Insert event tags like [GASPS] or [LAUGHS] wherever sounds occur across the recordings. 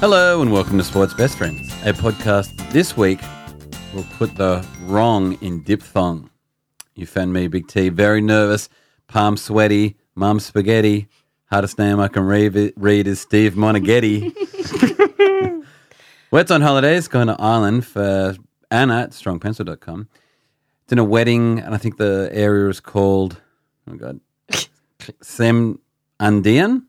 Hello and welcome to Sports Best Friends, a podcast this week will put the wrong in diphthong. You found me, Big T, very nervous, palm sweaty, mum spaghetti. Hardest name I can read, read is Steve Monaghetti. Wett's on holidays, going to Ireland for Anna at strongpencil.com. It's in a wedding, and I think the area is called, oh God, Sem Andean.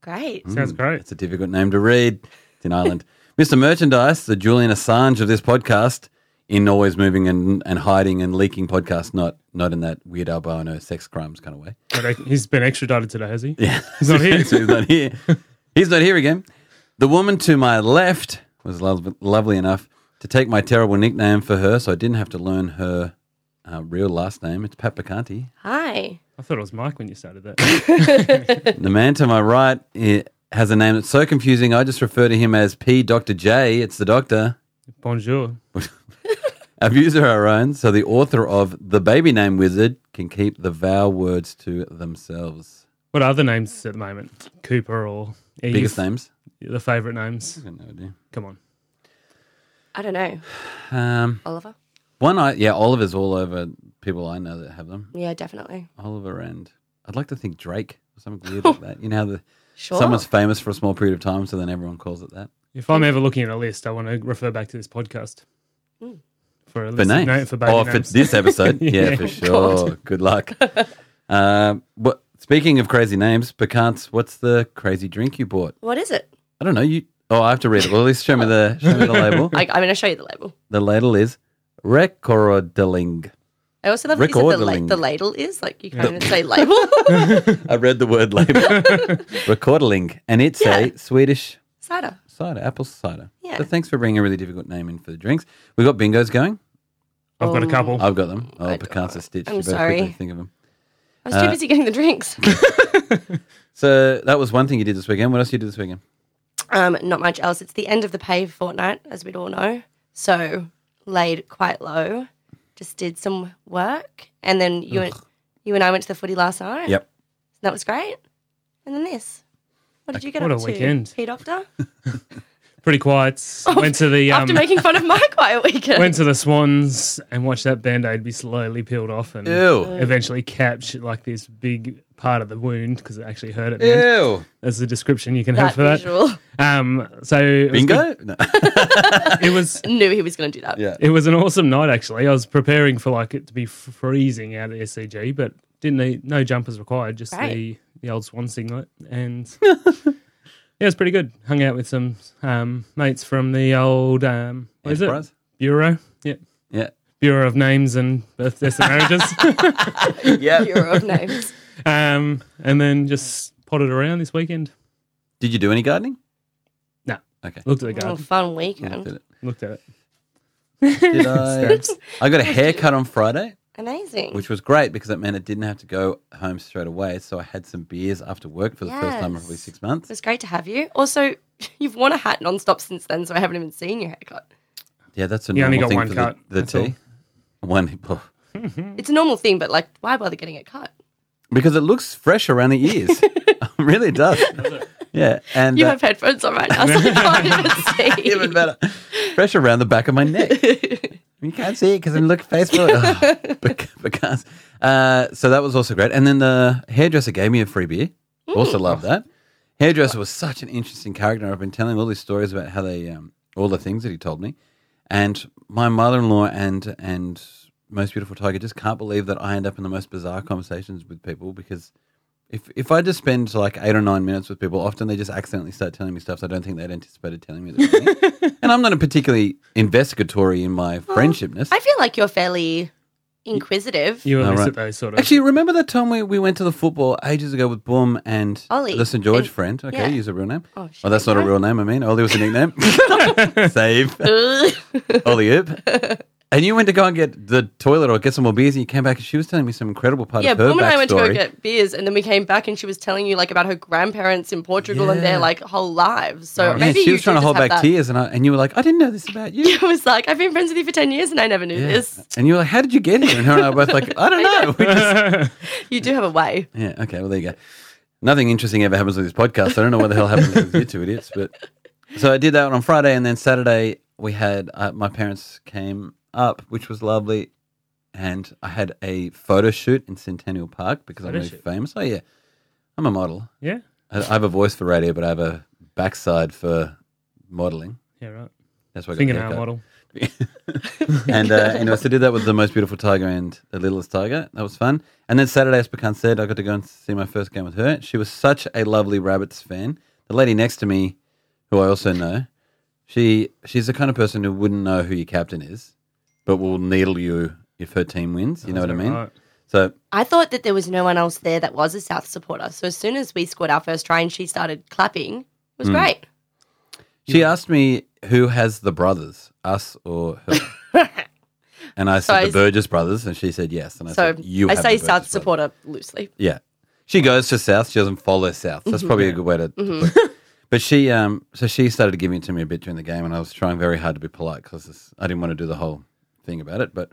Great. Sounds great. It's Hmm. a difficult name to read. It's in Ireland. [LAUGHS] Mr. Merchandise, the Julian Assange of this podcast, in always moving and, and hiding and leaking podcast, not not in that weird albino sex crimes kind of way. But he's been extradited today, has he? [LAUGHS] Yeah. He's not here. So he's not here. He's not here again. The woman to my left was lo- lovely enough to take my terrible nickname for her, so I didn't have to learn her uh, real last name. It's Pat [LAUGHS] Picanti. Hi. I thought it was Mike when you started that. [COUGHS] The man to my right eh, has a name that's so confusing, I just refer to him as P. Dr. J. It's the doctor. Bonjour. Abuser our own, so the author of The Baby Name Wizard can keep the vowel words to themselves. What are other names at the moment? Cooper or Eve? Biggest names? The favourite names. I got no idea. Come on. I don't know. Um, Oliver? one, I, yeah, Oliver's all over people I know that have them. Yeah, definitely. Oliver and I'd like to think Drake or something weird like that. You know how [LAUGHS] the, Oh. Sure. someone's famous for a small period of time, so then everyone calls it that. If I'm ever looking at a list, I want to refer back to this podcast for a For list names. of, no, for baby oh, names. for this [LAUGHS] episode. yeah, Yeah. Oh, for sure. Good [LAUGHS] luck. um, but speaking of crazy names, Picants, what's the crazy drink you bought? What is it? I don't know. You. Oh, I have to read it. Well, at least show me the show me the label. I, I'm going to show you the label. the ladle is recordeling. I also love that you said the, la- Recordling. the ladle is like you can't even say [LAUGHS] label. [LAUGHS] I read the word label. recordeling, and it's a Swedish Cider. cider, apple cider. Yeah. So thanks for bringing a really difficult name in for the drinks. We've got bingos going. I've got a couple. I've got them. Oh, I- Picants are stitched. I'm You better sorry. quickly Think of them. I Uh, was too busy getting the drinks. [LAUGHS] So that was one thing you did this weekend. What else you did this weekend? um, not much else. It's the end of the pay fortnight, as we'd all know. So laid quite low. Just did some work, and then you and, you and I went to the footy last night. Yep. That was great. And then this. What did you get What up a to? weekend. P Doctor. Pretty quiet. went to the um, After making fun of my quiet [LAUGHS] weekend. went to the Swans and watched that band aid be slowly peeled off and Ew. eventually catch like this big part of the wound because it actually hurt at the end. Ew. That's the description you can that have for that. visual. [LAUGHS] Um, so it was good. Bingo. No. It was Knew he was going to do that. [LAUGHS] yeah. it was an awesome night actually. I was preparing for like it to be freezing out at SCG, but didn't need no jumpers required, just the Right. the old swan singlet, and [LAUGHS] yeah, it was pretty good. Hung out with some um, mates from the old um, [LAUGHS] what is Enterprise? it bureau? Yep, Yeah. bureau of names and birth deaths [LAUGHS] and marriages. Yeah. Bureau [LAUGHS] of Names. um, and then just potted around this weekend. Did you do any gardening? No, Okay. looked at the Oh, garden, fun Did weekend. it. looked at it. Did I? [LAUGHS] I got a haircut on Friday. Amazing. which was great because it meant it didn't have to go home straight away. So I had some beers after work for the first time in probably Yes. six it months. was great to have you. Also, [LAUGHS] you've worn a hat nonstop since then, so I haven't even seen your haircut. Yeah, that's a You only normal got thing one for cut, the, the that's all. tea. One [LAUGHS] oh. It's a normal thing, but like, why bother getting it cut? because it looks fresh around the [LAUGHS] ears. it really does. Yeah, and You uh, have headphones on right now, so you can't [LAUGHS] even see. even better, fresh around the back of my neck. [LAUGHS] you can't see it because I'm looking Facebook. Oh, bec- because uh, so that was also great. And then the hairdresser gave me a free beer. Mm. Also Oh. love that. Hairdresser was such an interesting character. I've been telling all these stories about how they um, all the things that he told me, and my mother-in-law and and most beautiful tiger just can't believe that I end up in the most bizarre conversations with people because. If, if I just spend like eight or nine minutes with people, often they just accidentally start telling me stuff that I don't think they'd anticipated telling me. at the beginning. [LAUGHS] and I'm not a particularly investigatory in my friendshipness. [LAUGHS] I feel like you're fairly inquisitive. You elicit right. those sort of. Actually, remember that time we, we went to the football ages ago with Boom and Ollie. the St. George And- friend? Okay, yeah. use a real name. Oh, Oh, shit, that's not a no. real name, I mean. Ollie was a [LAUGHS] nickname. Save. Ollie Oop. And you went to go and get the toilet or get some more beers and you came back and she was telling me some incredible part [LAUGHS] yeah, of her Boom and I went to go backstory. get beers, and then we came back, and she was telling you like about her grandparents in Portugal and Yeah. their like whole lives. So Yeah, maybe she you was trying to do hold just have back that. tears and, I, and you were like, I didn't know this about [LAUGHS] you. I was like, I've been friends with you for 10 years and I never knew Yeah. this. And you were like, how did you get here? And her and I were both like, I [LAUGHS] don't know. We just- You do have a way. Yeah. [LAUGHS] Okay. Well, there you go. Nothing interesting ever happens with this podcast. I don't know what the hell happened with you two idiots, but So I did that one on Friday, and then Saturday we had uh, my parents came up, which was lovely, and I had a photo shoot in Centennial Park because Photo I'm really shoot? famous. Oh yeah, I'm a model. [LAUGHS] Yeah. I, I have a voice for radio, but I have a backside for modeling. Yeah, right. That's why I got the Fingernail haircut. model. [LAUGHS] and uh, anyway, so I did that with the most beautiful tiger and the littlest tiger. That was fun. And then Saturday, as Pecan said, I got to go and see my first game with her. She was such a lovely rabbits fan. The lady next to me, who I also know, she she's the kind of person who wouldn't know who your captain is, but will needle you if her team wins. You know what I Is that mean? right? So I thought that there was no one else there that was a South supporter. So as soon as we scored our first try and she started clapping, it was Mm. great. she asked me who has the brothers, us or her. [LAUGHS] And I So said I the s- Burgess brothers, and she said yes. And I So said, "You." I have the say Burgess South brothers." supporter loosely. Yeah. She goes to South. She doesn't follow South. Mm-hmm. That's probably a good way to. to put it. But she, um, so she started giving it to me a bit during the game, and I was trying very hard to be polite because I didn't want to do the whole thing about it. But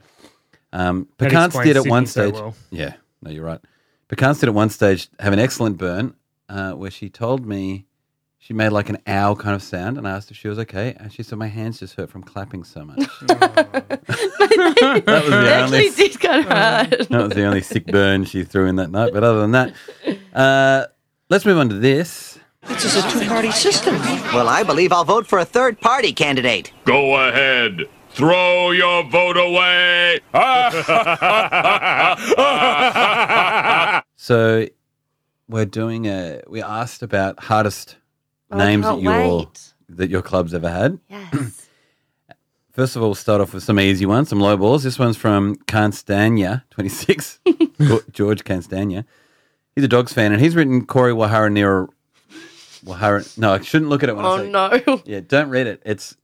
um, That Pecans explains did at Sydney one so stage. well. Yeah, no, you're right. Pecans did at one stage have an excellent burn uh, where she told me she made like an owl kind of sound, and I asked if she was okay, and she said my hands just hurt from clapping so much. [LAUGHS] that was It the only actually did kind of hurt. that was the only sick burn she threw in that night. But other than that, uh, let's move on to this. This is a two-party system. Well, I believe I'll vote for a third party candidate. Go ahead. Throw your vote away. So we're doing a. We asked about hardest Oh, [LAUGHS] I names that can't your wait. that your club's ever had. [CLEARS THROAT] Yes. First of all, we'll start off with some easy ones, some low balls. This one's from Constania, [LAUGHS] 26, Gor- George Constania. He's a dogs fan, and he's written Corey Wahara near. Wahara, no, I shouldn't look at it when I oh say. no. Yeah, don't read it. It's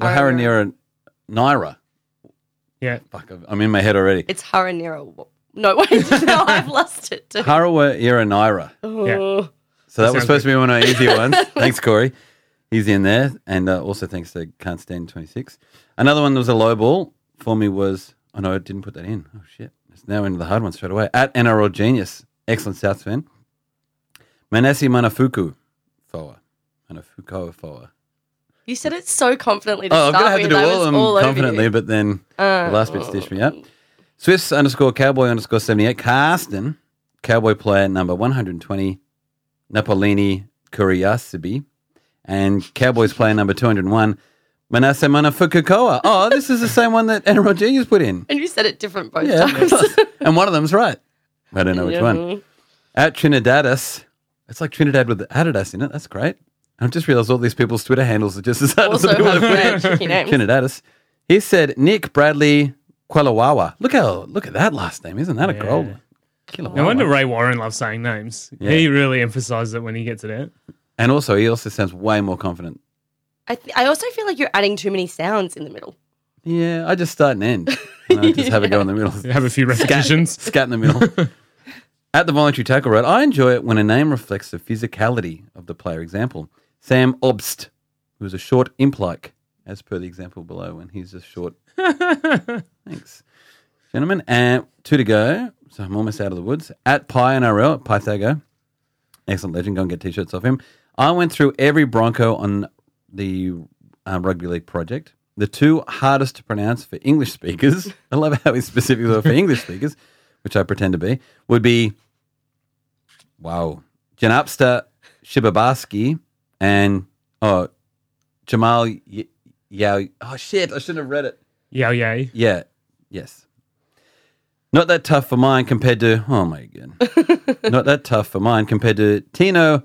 Wahara Haranira. near Naira. Yeah. Fuck, I've- I'm in my head already. It's Haranira. No, wait, [LAUGHS] no, I've lost [LAUGHS] it. too. Harawa Iranaira. Oh. So that That was sounds supposed to be one of our easier [LAUGHS] ones. Thanks, Corey. He's in there. And uh, also thanks to Can't Stand 26. Another one that was a low ball for me was, oh no, I didn't put that in. Oh shit. It's now into the hard one straight away. At NRL Genius. Excellent South fan. Manasi Manafuku Foa. Manafuko Foa. You said it so confidently to Oh, I'm going start to have to do with. I all was of them all over confidently, you. but then Uh, the last bit stitched me up. Swifts underscore cowboy underscore 78. Carsten, cowboy player number 120. Napolini Kuriasibi. And Cowboys player number 201. Manasseh Manafukukoa. Oh, this is the same one that NRL Juniors put in. And you said Oh, it different both Yeah. [LAUGHS] of times. course. and one of them's right. I don't know [LAUGHS] which one. At Trinidadus. It's like Trinidad with Adidas in it. That's great. I've just realized all these people's Twitter handles are just as hard Also as the people have [LAUGHS] that put in. weird tricky names. Trinidadis. He said Nick Bradley Quelawawa. Look how look at that last name. Isn't that a Yeah. gold? Kilawawa. No wonder Ray Warren loves saying names. He really emphasizes it when he gets it out. And also, he also sounds way more confident. I, th- I also feel like you're adding too many sounds in the middle. Yeah, I just start and [LAUGHS] end. And I just have a go in the middle. [LAUGHS] Have a few [LAUGHS] repetitions. Scat in the middle. At the voluntary tackle road, I enjoy it when a name reflects the physicality of the player. Example, Sam Obst, who is a short imp like, as per the example below, when he's a short. Thanks, gentlemen. And two to go. So I'm almost out of the woods. At Pi NRL, at Pythago. Excellent legend. Go and get t shirts off him. I went through every Bronco on the um, Rugby League project. The two hardest to pronounce for English speakers, [LAUGHS] I love how he's specifically for English speakers, which I pretend to be, would be wow, Janapsta Shibabaski and oh, Jamal Y- Yao. Oh, shit, I shouldn't have read it. Yao yay. Yeah, yes. Not that tough for mine compared to, oh my [LAUGHS] God. Not that tough for mine compared to Tino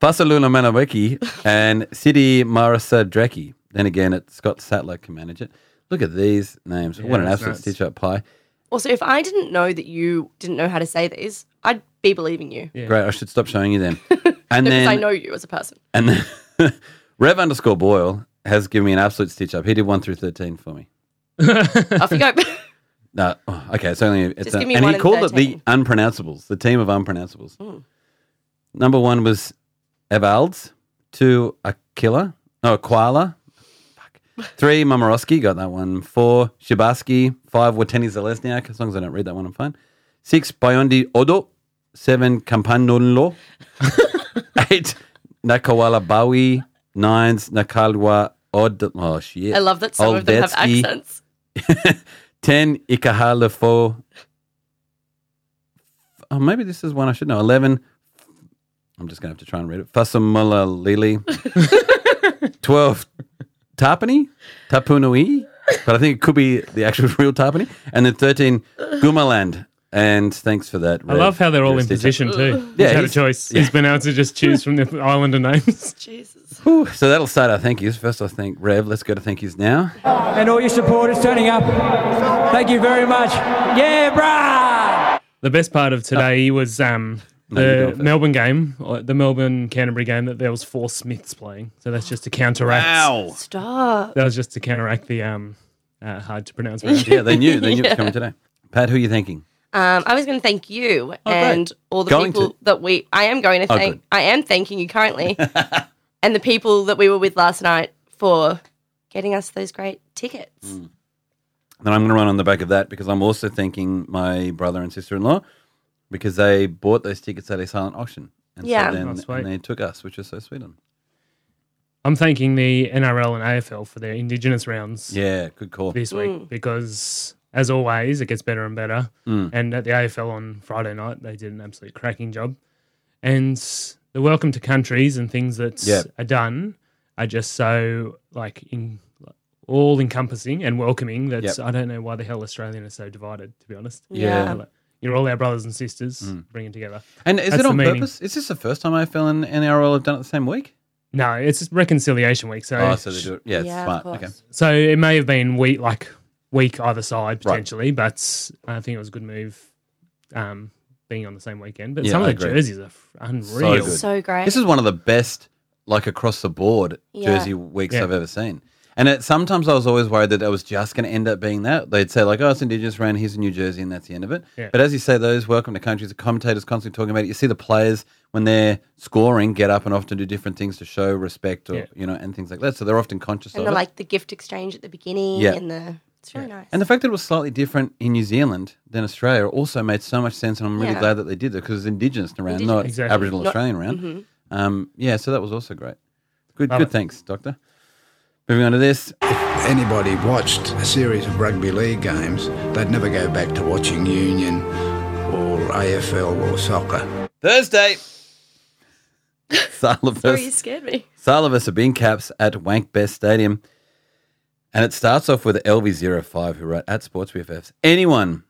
Basaluna Manaweki and Sidi Marasa Dreki. Then again, it's Scott Sattler can manage it. Look at these names. what an that's absolute nuts. stitch up pie. Also, if I didn't know that you didn't know how to say these, I'd be believing you Yeah. Great. I should stop showing you [LAUGHS] them. And because then I know you as a person. And then [LAUGHS] Rev underscore Boyle has given me an absolute stitch up. He did one through thirteen for me. Off you go. [LAUGHS] No, oh, okay, it's only it's Just give me and one Hmm. he and called it the 13. unpronounceables, the team of unpronounceables. Number one was Evalds, two Aquila, no Koala, fuck, three Momorowski, got that one. Four Shibaski, five Wateni Zalesniak. As long as I don't read that one, I'm fine. Six Bayondi Odo, [LAUGHS] seven Campanolo, eight Nakawala Bawi, Nines, Nakalwa, Odd. Oh, shit. I love that some of them have Oldetzky. accents. [LAUGHS] 10, Ikahalafo. Oh, maybe this is one I should know. 11, I'm just going to have to try and read it. Fasamula Lili. 12, Tapani, Tapunui. But I think it could be the actual [LAUGHS] real Tapani. And then 13, Gumaland. And thanks for that. I love how they're all in position. position too. Yeah, Yeah, he's had a he's- choice. yeah. He's been able to just choose from the [LAUGHS] islander names. Jesus. Whew, so that'll start our thank yous. First, I thank Rev. Let's go to thank yous now. and all your supporters turning up. Thank you very much. Yeah, brah! The best part of today was um, you go the first. Melbourne game, or the Melbourne Canterbury game. That there was four Smiths playing, so that's just to counteract. Stop. That was just to counteract the um, uh, hard to pronounce. [LAUGHS] round. Yeah, they knew. They knew it was coming today. Pat, who are you thanking? Um, I was going to thank you and all the Oh, Going people to. that we. I am going to Oh, thank. good. I am thanking you [LAUGHS] currently, and the people that we were with last night for getting us those great tickets. Mm. Then I'm going to run on the back of that because I'm also thanking my brother and sister in law because they bought those tickets at a silent auction. And Yeah. So then, Oh, sweet. and they took us, which is so sweet. Of them. I'm thanking the NRL and AFL for their Indigenous rounds Yeah, good call. this week because, as always, it gets better and better. Mm. And at the AFL on Friday night, they did an absolute cracking job. And the welcome to countries and things that Yeah. are done are just so like in, all encompassing and welcoming. That's Yep. I don't know why the hell Australian is so divided. To be honest, Yeah. Mm. Like, you're all our brothers and sisters. Bring it together. And is That's it on the meaning. purpose? Is this the first time AFL and NRL have done it the same week? No, it's reconciliation week. So Oh, so they do it. Yeah, it's Yeah, smart. of course. Okay. So it may have been weak, like weak either side Right. potentially, but I think it was a good move um, being on the same weekend. But Yeah, some of I the agree. jerseys are f- unreal. good. So great. This is one of the best, like across the board, Yeah. jersey weeks Yeah. I've ever seen. And it, sometimes I was always worried that it was just going to end up being that. They'd say, like, oh, it's Indigenous round, here's a New Jersey, and that's the end of it. Yeah. But as you say, those welcome to countries, the commentators constantly talking about it. You see the players, when they're scoring, get up and often do different things to show respect or, Yeah. you know, and things like that. So they're often conscious and of the it. like the gift exchange at the beginning Yeah. and the it's really nice. And the fact that it was slightly different in New Zealand than Australia also made so much sense, and I'm really Yeah. glad that they did that because it's Indigenous round, not Indigenous. Exactly. Aboriginal Not- mm-hmm. Australian round. Um, yeah, so that was also great. Good, Love good. it. Thanks, Doctor. Moving on to this. anybody watched a series of rugby league games, they'd never go back to watching Union or AFL or soccer. [LAUGHS] Thursday. Sorry, Oh, you Salivus, scared me. Salivus are being caps at Wank Best Stadium. And it starts off with LV05, who wrote at Sports BFFs. Anyone,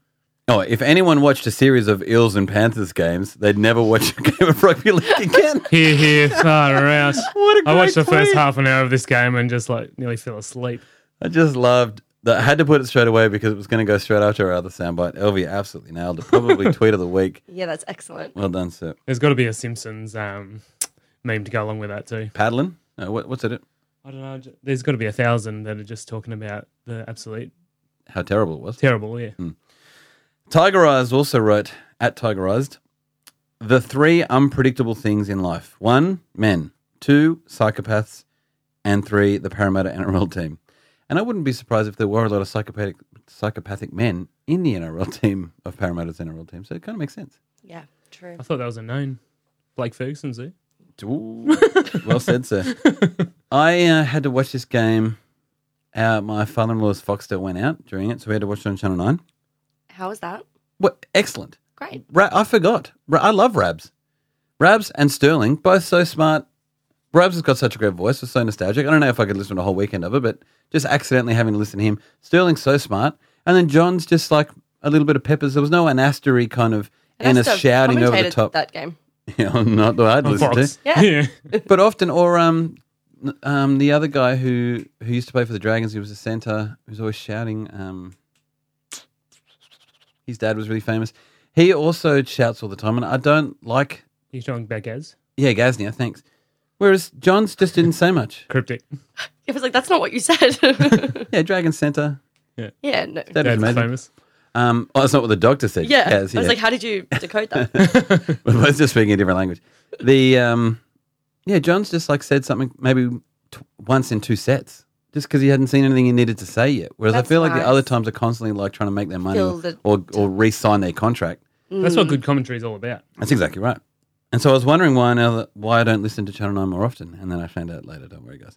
oh, if anyone watched a series of Eels and Panthers games, they'd never watch a game of rugby league [LAUGHS] again. Here, here, far [LAUGHS] out. What a I watched the great first tweet. half an hour of this game and just like nearly fell asleep. I just loved that. I had to put it straight away because it was going to go straight after our other soundbite. LV absolutely nailed it. [LAUGHS] Probably tweet of the week. Yeah, that's excellent. Well done, sir. There's got to be a Simpsons um, meme to go along with that too. Paddling? No, Uh, what, what's it? I don't know. j- There's got to be a thousand that are just talking about the absolute How terrible it was. terrible. Yeah, Hmm. Tigerized also wrote at Tigerized the three unpredictable things in life one, men, two, psychopaths, and three, the Parramatta NRL team. And I wouldn't be surprised if there were a lot of psychopathic, psychopathic men in the NRL team of Parramatta's NRL team. So it kind of makes sense. Yeah, true. I thought that was a known. Blake Ferguson's eh? there. Ooh, well said, sir. I uh, had to watch this game. Uh, my father-in-law's Foxtel went out during it, so we had to watch it on Channel Nine. How was that? What excellent! Great. Ra- I forgot. Ra- I love Rabs. Rabs and Sterling, both so smart. Rabs has got such a great voice. It's so nostalgic. I don't know if I could listen to a whole weekend of it, but just accidentally having to listen to him. Sterling's so smart. And then John's just like a little bit of peppers. There was no anastery kind of I Ennis still shouting over the commentated top. That game. [LAUGHS] Yeah, not the I'd listen to. Fox. Yeah. yeah. But often, or um, n- um, the other guy who who used to play for the Dragons, he was a centre, who's always shouting. Um, his dad was really famous. He also shouts all the time, and I don't like. [LAUGHS] He's showing back as Yeah, Gaznia, thanks. Whereas Johns just didn't say [LAUGHS] much. cryptic. It was like that's not what you said. [LAUGHS] Yeah, Dragon centre. yeah, no. That'd Dad's be amazing. famous. Um, oh, that's not what the doctor said. Yeah. Gaz, I was yeah. like, how did you decode that? [LAUGHS] We're both just speaking a different language. The um, yeah, John's just like said something maybe t- once in two sets, just because he hadn't seen anything he needed to say yet. Whereas I That's feel like nice. the other times are constantly like trying to make their money Fill or, the- or or re-sign their contract. Mm. That's what good commentary is all about. That's exactly right. And so I was wondering why now why I don't listen to Channel Nine more often, and then I found out later. Don't worry, guys.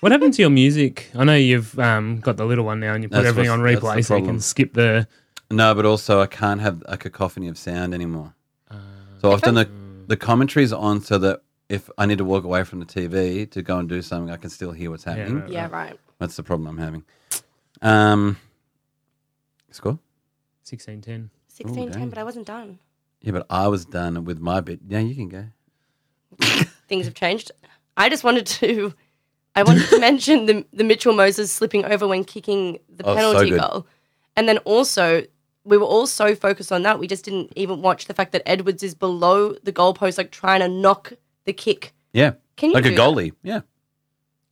What happened to your music? I know you've um, got the little one now, and you put That's everything on what's- that's the replay, so you problem. can skip the. No, but also I can't have a cacophony of sound anymore. so often the the commentary's on so that if I need to walk away from the TV to go and do something, I can still hear what's happening. right. Yeah, right. That's the problem I'm having. Um, score? Sixteen ten. Sixteen ten, dang. but I wasn't done. Yeah, but I was done with my bit. Yeah, you can go. Things have changed. I just wanted to, I wanted to [LAUGHS] mention the the Mitchell Moses slipping over when kicking the Oh, so penalty good. goal, and then also we were all so focused on that we just didn't even watch the fact that Edwards is below the goalpost, like trying to knock the kick. Yeah. Can you like a do that? goalie? Yeah.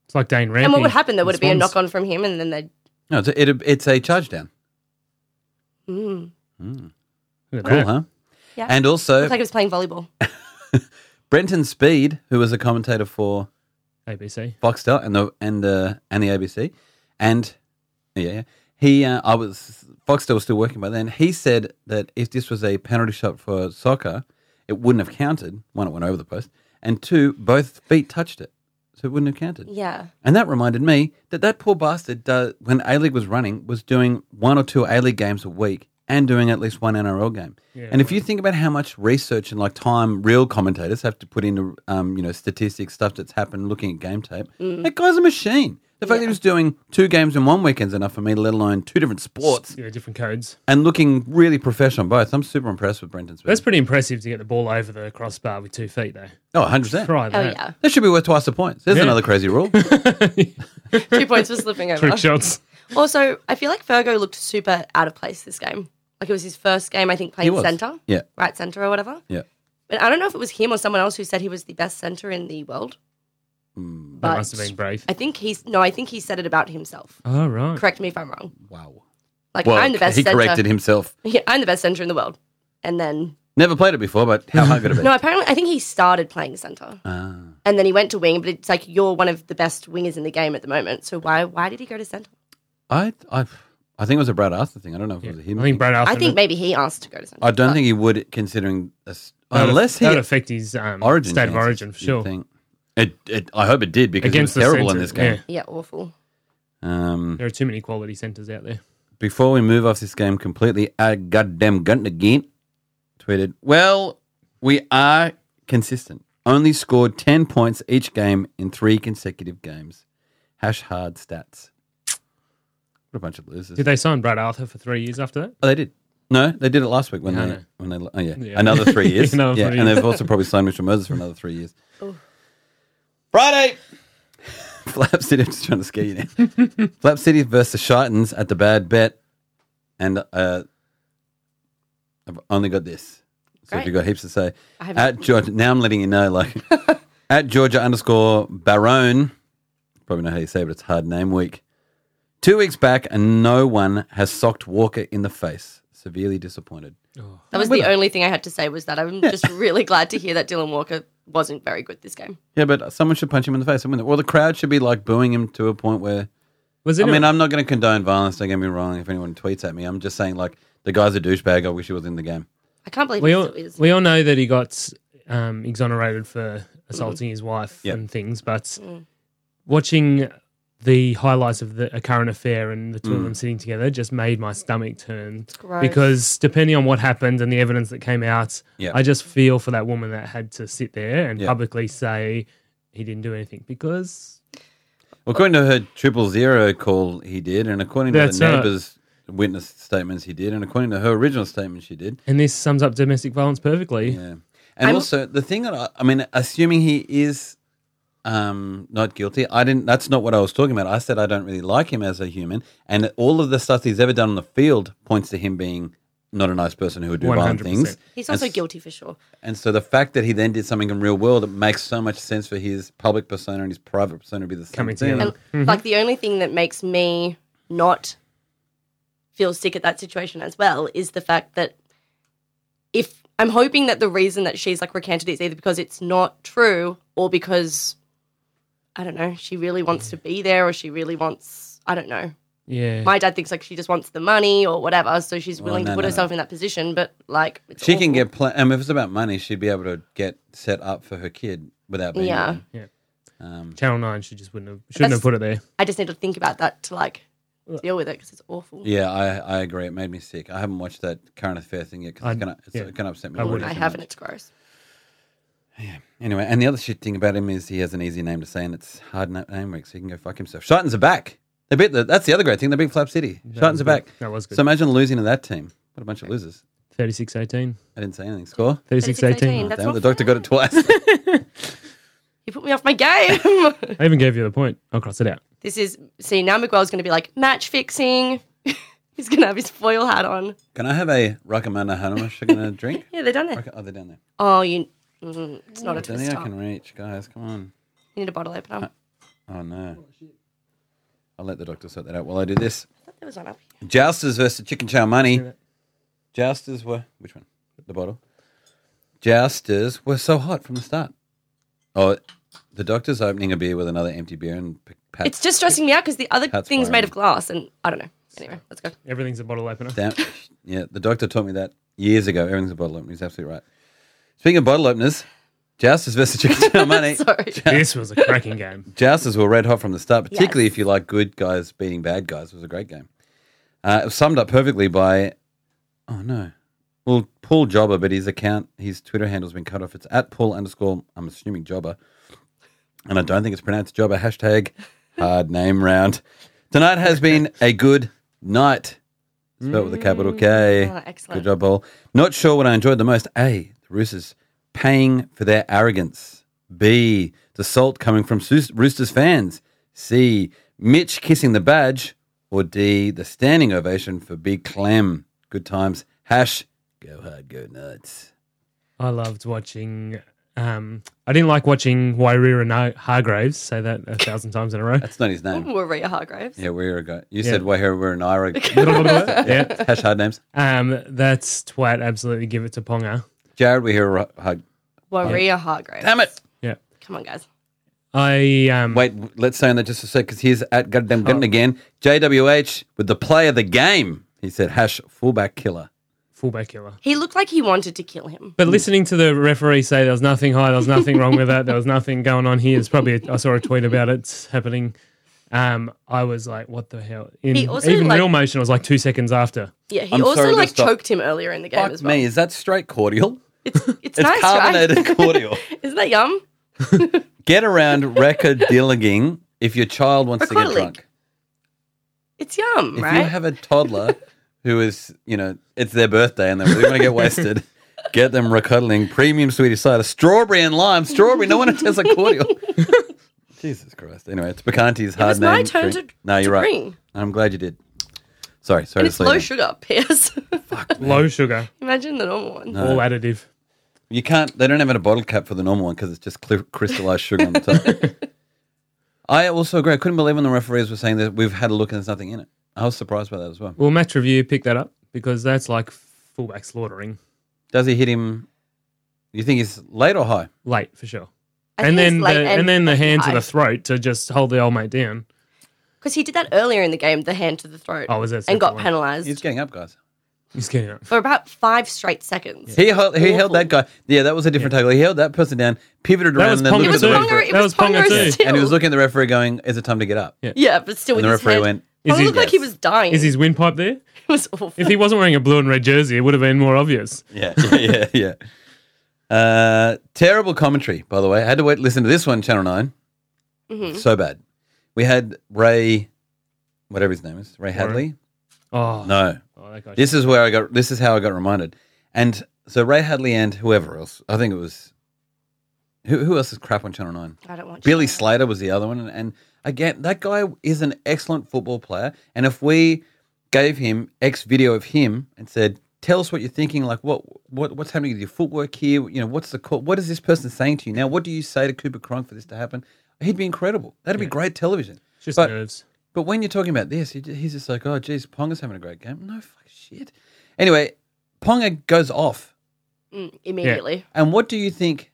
It's like Dane Rampy. And what would happen? There would it be a Swans. knock on from him, and then they. No, it's a, it, it's a charge down. Mm, Look at Cool, that. huh? yeah. And also, Looked like it was [LAUGHS] playing volleyball. Brenton Speed, who was a commentator for ABC. Foxtel and the and the and the ABC, and yeah, yeah. he uh, I was Foxtel was still working by then. He said that if this was a penalty shot for soccer, it wouldn't have counted. One, it went over the post, and two, both feet touched it, so it wouldn't have counted. Yeah. And that reminded me that that poor bastard, does, when A League was running, was doing one or two A League games a week and doing at least one NRL game. and if you think about how much research and like time real commentators have to put into, um, you know, statistics, stuff that's happened, looking at game tape, Mm. that guy's a machine. The fact that he was doing two games in one weekend's enough for me, let alone two different sports, Yeah, different codes. and looking really professional on both. I'm super impressed with Brenton Smith. That's pretty impressive to get the ball over the crossbar with two feet, though. Oh, 100%. Try Oh that. yeah. That should be worth twice the points. There's Yeah. another crazy [LAUGHS] rule. Two points for [LAUGHS] slipping over. Trick shots. Also, I feel like Fergo looked super out of place this game. Like it was his first game, I think, He playing was. centre, Yeah, right centre or whatever. yeah. But I don't know if it was him or someone else who said he was the best centre in the world. That Hmm. But- must have been brave. I think he's no, I think he said it about himself. Oh, right. Correct me if I'm wrong. Wow. Like Well, I'm the best he centre. corrected himself. [LAUGHS] Yeah, I'm the best centre in the world. And then Never played it before, but how hard [LAUGHS] could it be? Uh, no, apparently I think he started playing centre. And then he went to wing, but it's like you're one of the best wingers in the game at the moment. So why why did he go to centre? I, I, I think it was a Brad Arthur thing. I don't know if it was a him. I think thing. Brad Uh, Arthur. I think maybe he asked to go to centre. I don't think he would, considering a s that would- unless he that would affect his um, origin state of chances, origin for you'd sure. think. It, it, I hope it did because Against it was the terrible in centre, this game. Yeah, awful. Um, There are too many quality centres out there. before we move off this game completely, our goddamn Guntner again tweeted, Well, we are consistent. Only scored 10 points each game in three consecutive games. Hash hard stats. What a bunch of losers. Did they sign Brad Arthur for three years after that? Oh, they did. No, they did it last week when Yeah, I they know. when they oh yeah, Yeah. another [LAUGHS] three years. Another yeah, three and years. they've also probably signed Mitchell Moses for another three [LAUGHS] years. Friday, [LAUGHS] Flap City. I'm just trying to scare you now. [LAUGHS] Flap City versus the Shitans at the Bad Bet, and uh, I've only got this. So if Great. you've got heaps to say, I have at Georgia. Now I'm letting you know, [LAUGHS] like at Georgia underscore Barone. Probably know how you say, it, but it's hard name week. Two weeks back, and no one has socked Walker in the face. Severely disappointed. That was the only thing I had to say was that I'm just really glad to hear that Dylan Walker wasn't very good this game. Yeah, but someone should punch him in the face. I mean, well, the crowd should be like booing him to a point where. Was I it? mean, a, I'm not going to condone violence. Don't get me wrong. If anyone tweets at me, I'm just saying like the guy's a douchebag. I wish he was in the game. I can't believe we he all still is. we all know that he got um, exonerated for Mm-hmm. assaulting his wife Yep. and things, but Mm. watching the highlights of the, a current affair and the two Mm. of them sitting together just made my stomach turn gross. because depending on what happened and the evidence that came out, Yeah. I just feel for that woman that had to sit there and Yeah. publicly say he didn't do anything because Well, according to her triple zero call, he did, and according to That's the right. neighbors' witness statements, he did, and according to her original statement, she did. and this sums up domestic violence perfectly. Yeah. And I'm- also the thing that I, I mean, assuming he is um, not guilty, I didn't. That's not what I was talking about. I said I don't really like him as a human, and all of the stuff he's ever done on the field points to him being not a nice person who would do violent 100%. things. He's also and, s- guilty for sure. And so the fact that he then did something in real world, it makes so much sense for his public persona and his private persona to be the same Coming thing. together. And like the only thing that makes me not feel sick at that situation as well is the fact that if I'm hoping that the reason that she's like recanted is either because it's not true or because I don't know, she really wants to be there or she really wants I don't know. Yeah. My dad thinks like she just wants the money or whatever, so she's Well, willing Oh, no, to put no, herself in that position. But like, it's She can awful. get, pl- um, if it's about money, she'd be able to get set up for her kid without being. Yeah. one. Yeah. Um, Channel Nine. She just wouldn't have. Shouldn't That's- have put it there. I just need to think about that to like deal with it because it's awful. yeah, I, I agree. It made me sick. I haven't watched that current affair thing yet because I'd- it's going it's yeah. to upset me. I already wouldn't. I so haven't. much. It's gross. Anyway, and the other shit thing about him is he has an easy name to say and it's hard na- name week, so he can go fuck himself. Shitons are back. They beat the, that's the other great thing. They beat Flap City. Shitons was are back. good. That was good. So imagine losing to that team. What a bunch of losers. Thirty-six eighteen. I didn't say anything. Score? Thirty-six 36, eighteen. 18. That's Damn, not the doctor got it [LAUGHS] twice. You put me off my game. [LAUGHS] I even gave you the point. I'll cross it out. this is see now. Miguel's going to be like match fixing. [LAUGHS] He's going to have his foil hat on. Can I have a Rakamana Hanuma sugar and a drink? Yeah, they're done it. Raka- Oh, they're down there. Oh, you. Mm, it's not a I don't think twist. I up. can reach, guys. Come on. You need a bottle opener. Oh, no. I'll let the doctor sort that out while I do this. I thought there was one up here. Jousters versus Chicken Chow Money. Jousters were. Which one? The bottle. Jousters were so hot from the start. Oh, the doctor's opening a beer with another empty beer and p- pat. It's just stressing me out because the other That's thing's fine. made of glass, and I don't know. Anyway, let's go. Everything's a bottle opener. Damn. Yeah, the doctor taught me that years ago. Everything's a bottle opener. He's absolutely right. Speaking of bottle openers, Jousters versus [LAUGHS] Chicken Chow Money. Sorry. This was a cracking game. Jousters were red hot from the start, particularly Yes. if you like good guys beating bad guys. It was a great game. Uh, it was summed up perfectly by, oh no, well, Paul Jobber, but his account, his Twitter handle's been cut off. It's at Paul underscore, I'm assuming Jobber. And I don't think it's pronounced Jobber. Hashtag hard name round. Tonight has been a good night. Spelled with a capital K. Ah, excellent. Good job, Paul. Not sure what I enjoyed the most. A, the Roosters paying for their arrogance. B, the salt coming from Soos- Roosters fans. C, Mitch kissing the badge. Or D, the standing ovation for Big Clem. Good times. Hash, go hard, go nuts. I loved watching. Um, I didn't like watching Wairira Na- Hargraves say that a thousand times in a [LAUGHS] row. That's not his name. Maria Hargraves. Yeah, we're a guy. You Yeah. said Wahira, we're an Ira. yeah. Hash hard names. Um, that's twat. Absolutely, give it to Ponga. Jared, we hear hug. Maria Hargraves. Damn it. Yeah. Come on, guys. I um, Wait, w- let's stay on that just a sec because here's at Goddamn Gunton again. JWH with the play of the game. He said, hash fullback killer. fullback killer. He looked like he wanted to kill him. But listening to the referee say there was nothing high, there was nothing wrong with that, there was nothing going on here. It's probably I saw a tweet about it happening. Um, I was like, what the hell? In, He also, even like- real motion was like two seconds after. Yeah, he I'm also sorry to like stop. choked him earlier in the game Fuck as well. me, is that straight cordial? [LAUGHS] It's, It's it's, nice, carbonated [LAUGHS] right? cordial. Isn't that yum? Get around recordilliging if your child wants to get Recordillig, drunk. It's yum, If right? you have a toddler who is, you know, it's their birthday and they really want to get wasted, get them recuddling premium Swedish cider, strawberry and lime, strawberry. No [LAUGHS] one tests a cordial. Jesus Christ. Anyway, it's Bacanti's hard it was name. my turn drink. to, No, to you're right. bring. I'm glad you did. Sorry, sorry to And it's sleep low in. sugar, Pierce. Low sugar, [LAUGHS] Imagine the normal one. all additive. You can't. They don't have a bottle cap for the normal one because it's just clear, crystallized sugar on the top. [LAUGHS] I also agree. I couldn't believe when the referees were saying that we've had a look and there's nothing in it. I was surprised by that as well. Will match review pick that up because that's like fullback slaughtering Does he hit him? You think he's late or high? late for sure. I and think it's then the, late and, then the hand to high. the throat to just hold the old mate down. Because he did that earlier in the game, the hand to the throat. Oh, was that And got second one? He's penalised getting up, guys. He's getting up. for about five straight seconds. He held, he held Awful. that guy. Yeah, that was a different tackle. He held that person down, pivoted That around, was and then Ponga looked at the too. Ponga- referee. it was That was Ponga Ponga too. still. And he was looking at the referee, going, "Is it time to get up?" Yeah, but still And with the his referee hand. went, Ponga Is he- looked like he was dying. Is his windpipe [LAUGHS] there? it was awful. If he wasn't wearing a blue and red jersey, it would have been more obvious. Yeah, yeah, yeah, yeah. Uh, terrible commentary, by the way. I had to wait listen to this one, Channel 9. So bad. We had Ray, whatever his name is, Ray Hadley. Oh, No, oh that guy. this is where I got. This is how I got reminded. And so Ray Hadley and whoever else, I think it was. Who, who else is crap on Channel Nine? I don't want Billy Channel Slater was the other one, and, and again, that guy is an excellent football player. And if we gave him X video of him and said, "Tell us what you're thinking, like what what what's happening with your footwork here? You know, what's the call? What is this person saying to you now? What do you say to Cooper Cronk for this to happen?" He'd be incredible. That'd be great television. It's just But- nerves. but when you're talking about this, he- he's just like, oh, geez, Ponga's having a great game. No fuck shit. Anyway, Ponga goes off. Mm, immediately. And what do you think?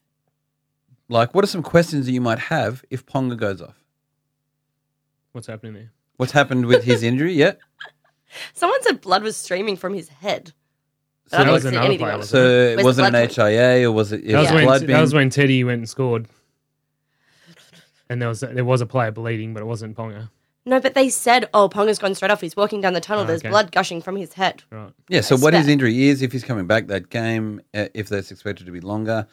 Like, what are some questions that you might have if Ponga goes off? What's happening there? What's happened with his injury [LAUGHS] yet? Someone said blood was streaming from his head. But So I that don't was see another anything player, else. wasn't So it the wasn't blood an HIA or was it? it That was, was Yeah. blood when, that was being- when Teddy went and scored. And there was there was a player bleeding, but it wasn't Ponga. No, but they said, oh, Ponga's gone straight off. He's walking down the tunnel. Oh, There's okay. blood gushing from his head. Right. Yeah. So what his Expect. injury is, if he's coming back that game, uh, if that's expected to be longer,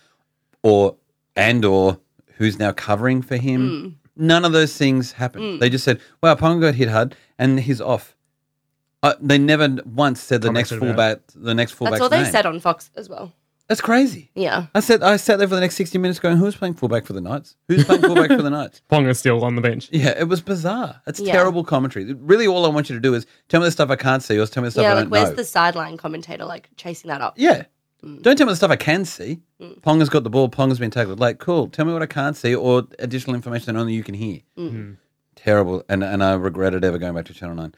or and or who's now covering for Mm. him. None of those things happened. They just said, "Wow, Ponga got hit hard, and he's off." Uh, they never once said the next Commented fullback, the next fullback. That's all they said on Fox as well. That's crazy. Yeah. I said I sat there for the next sixty minutes going, "Who's playing fullback for the Knights? Who's playing fullback [LAUGHS] for the Knights?" Ponga's still on the bench. Yeah, it was bizarre. That's Yeah. terrible commentary. Really, all I want you to do is tell me the stuff I can't see, or tell me the stuff yeah, I like, don't where's know. the sideline commentator, like, chasing that up? Yeah. Don't tell me the stuff I can see. Ponga's got the ball. Ponga's been tackled. Like, cool. Tell me what I can't see or additional information that only you can hear. Terrible. And, and I regretted ever going back to Channel 9.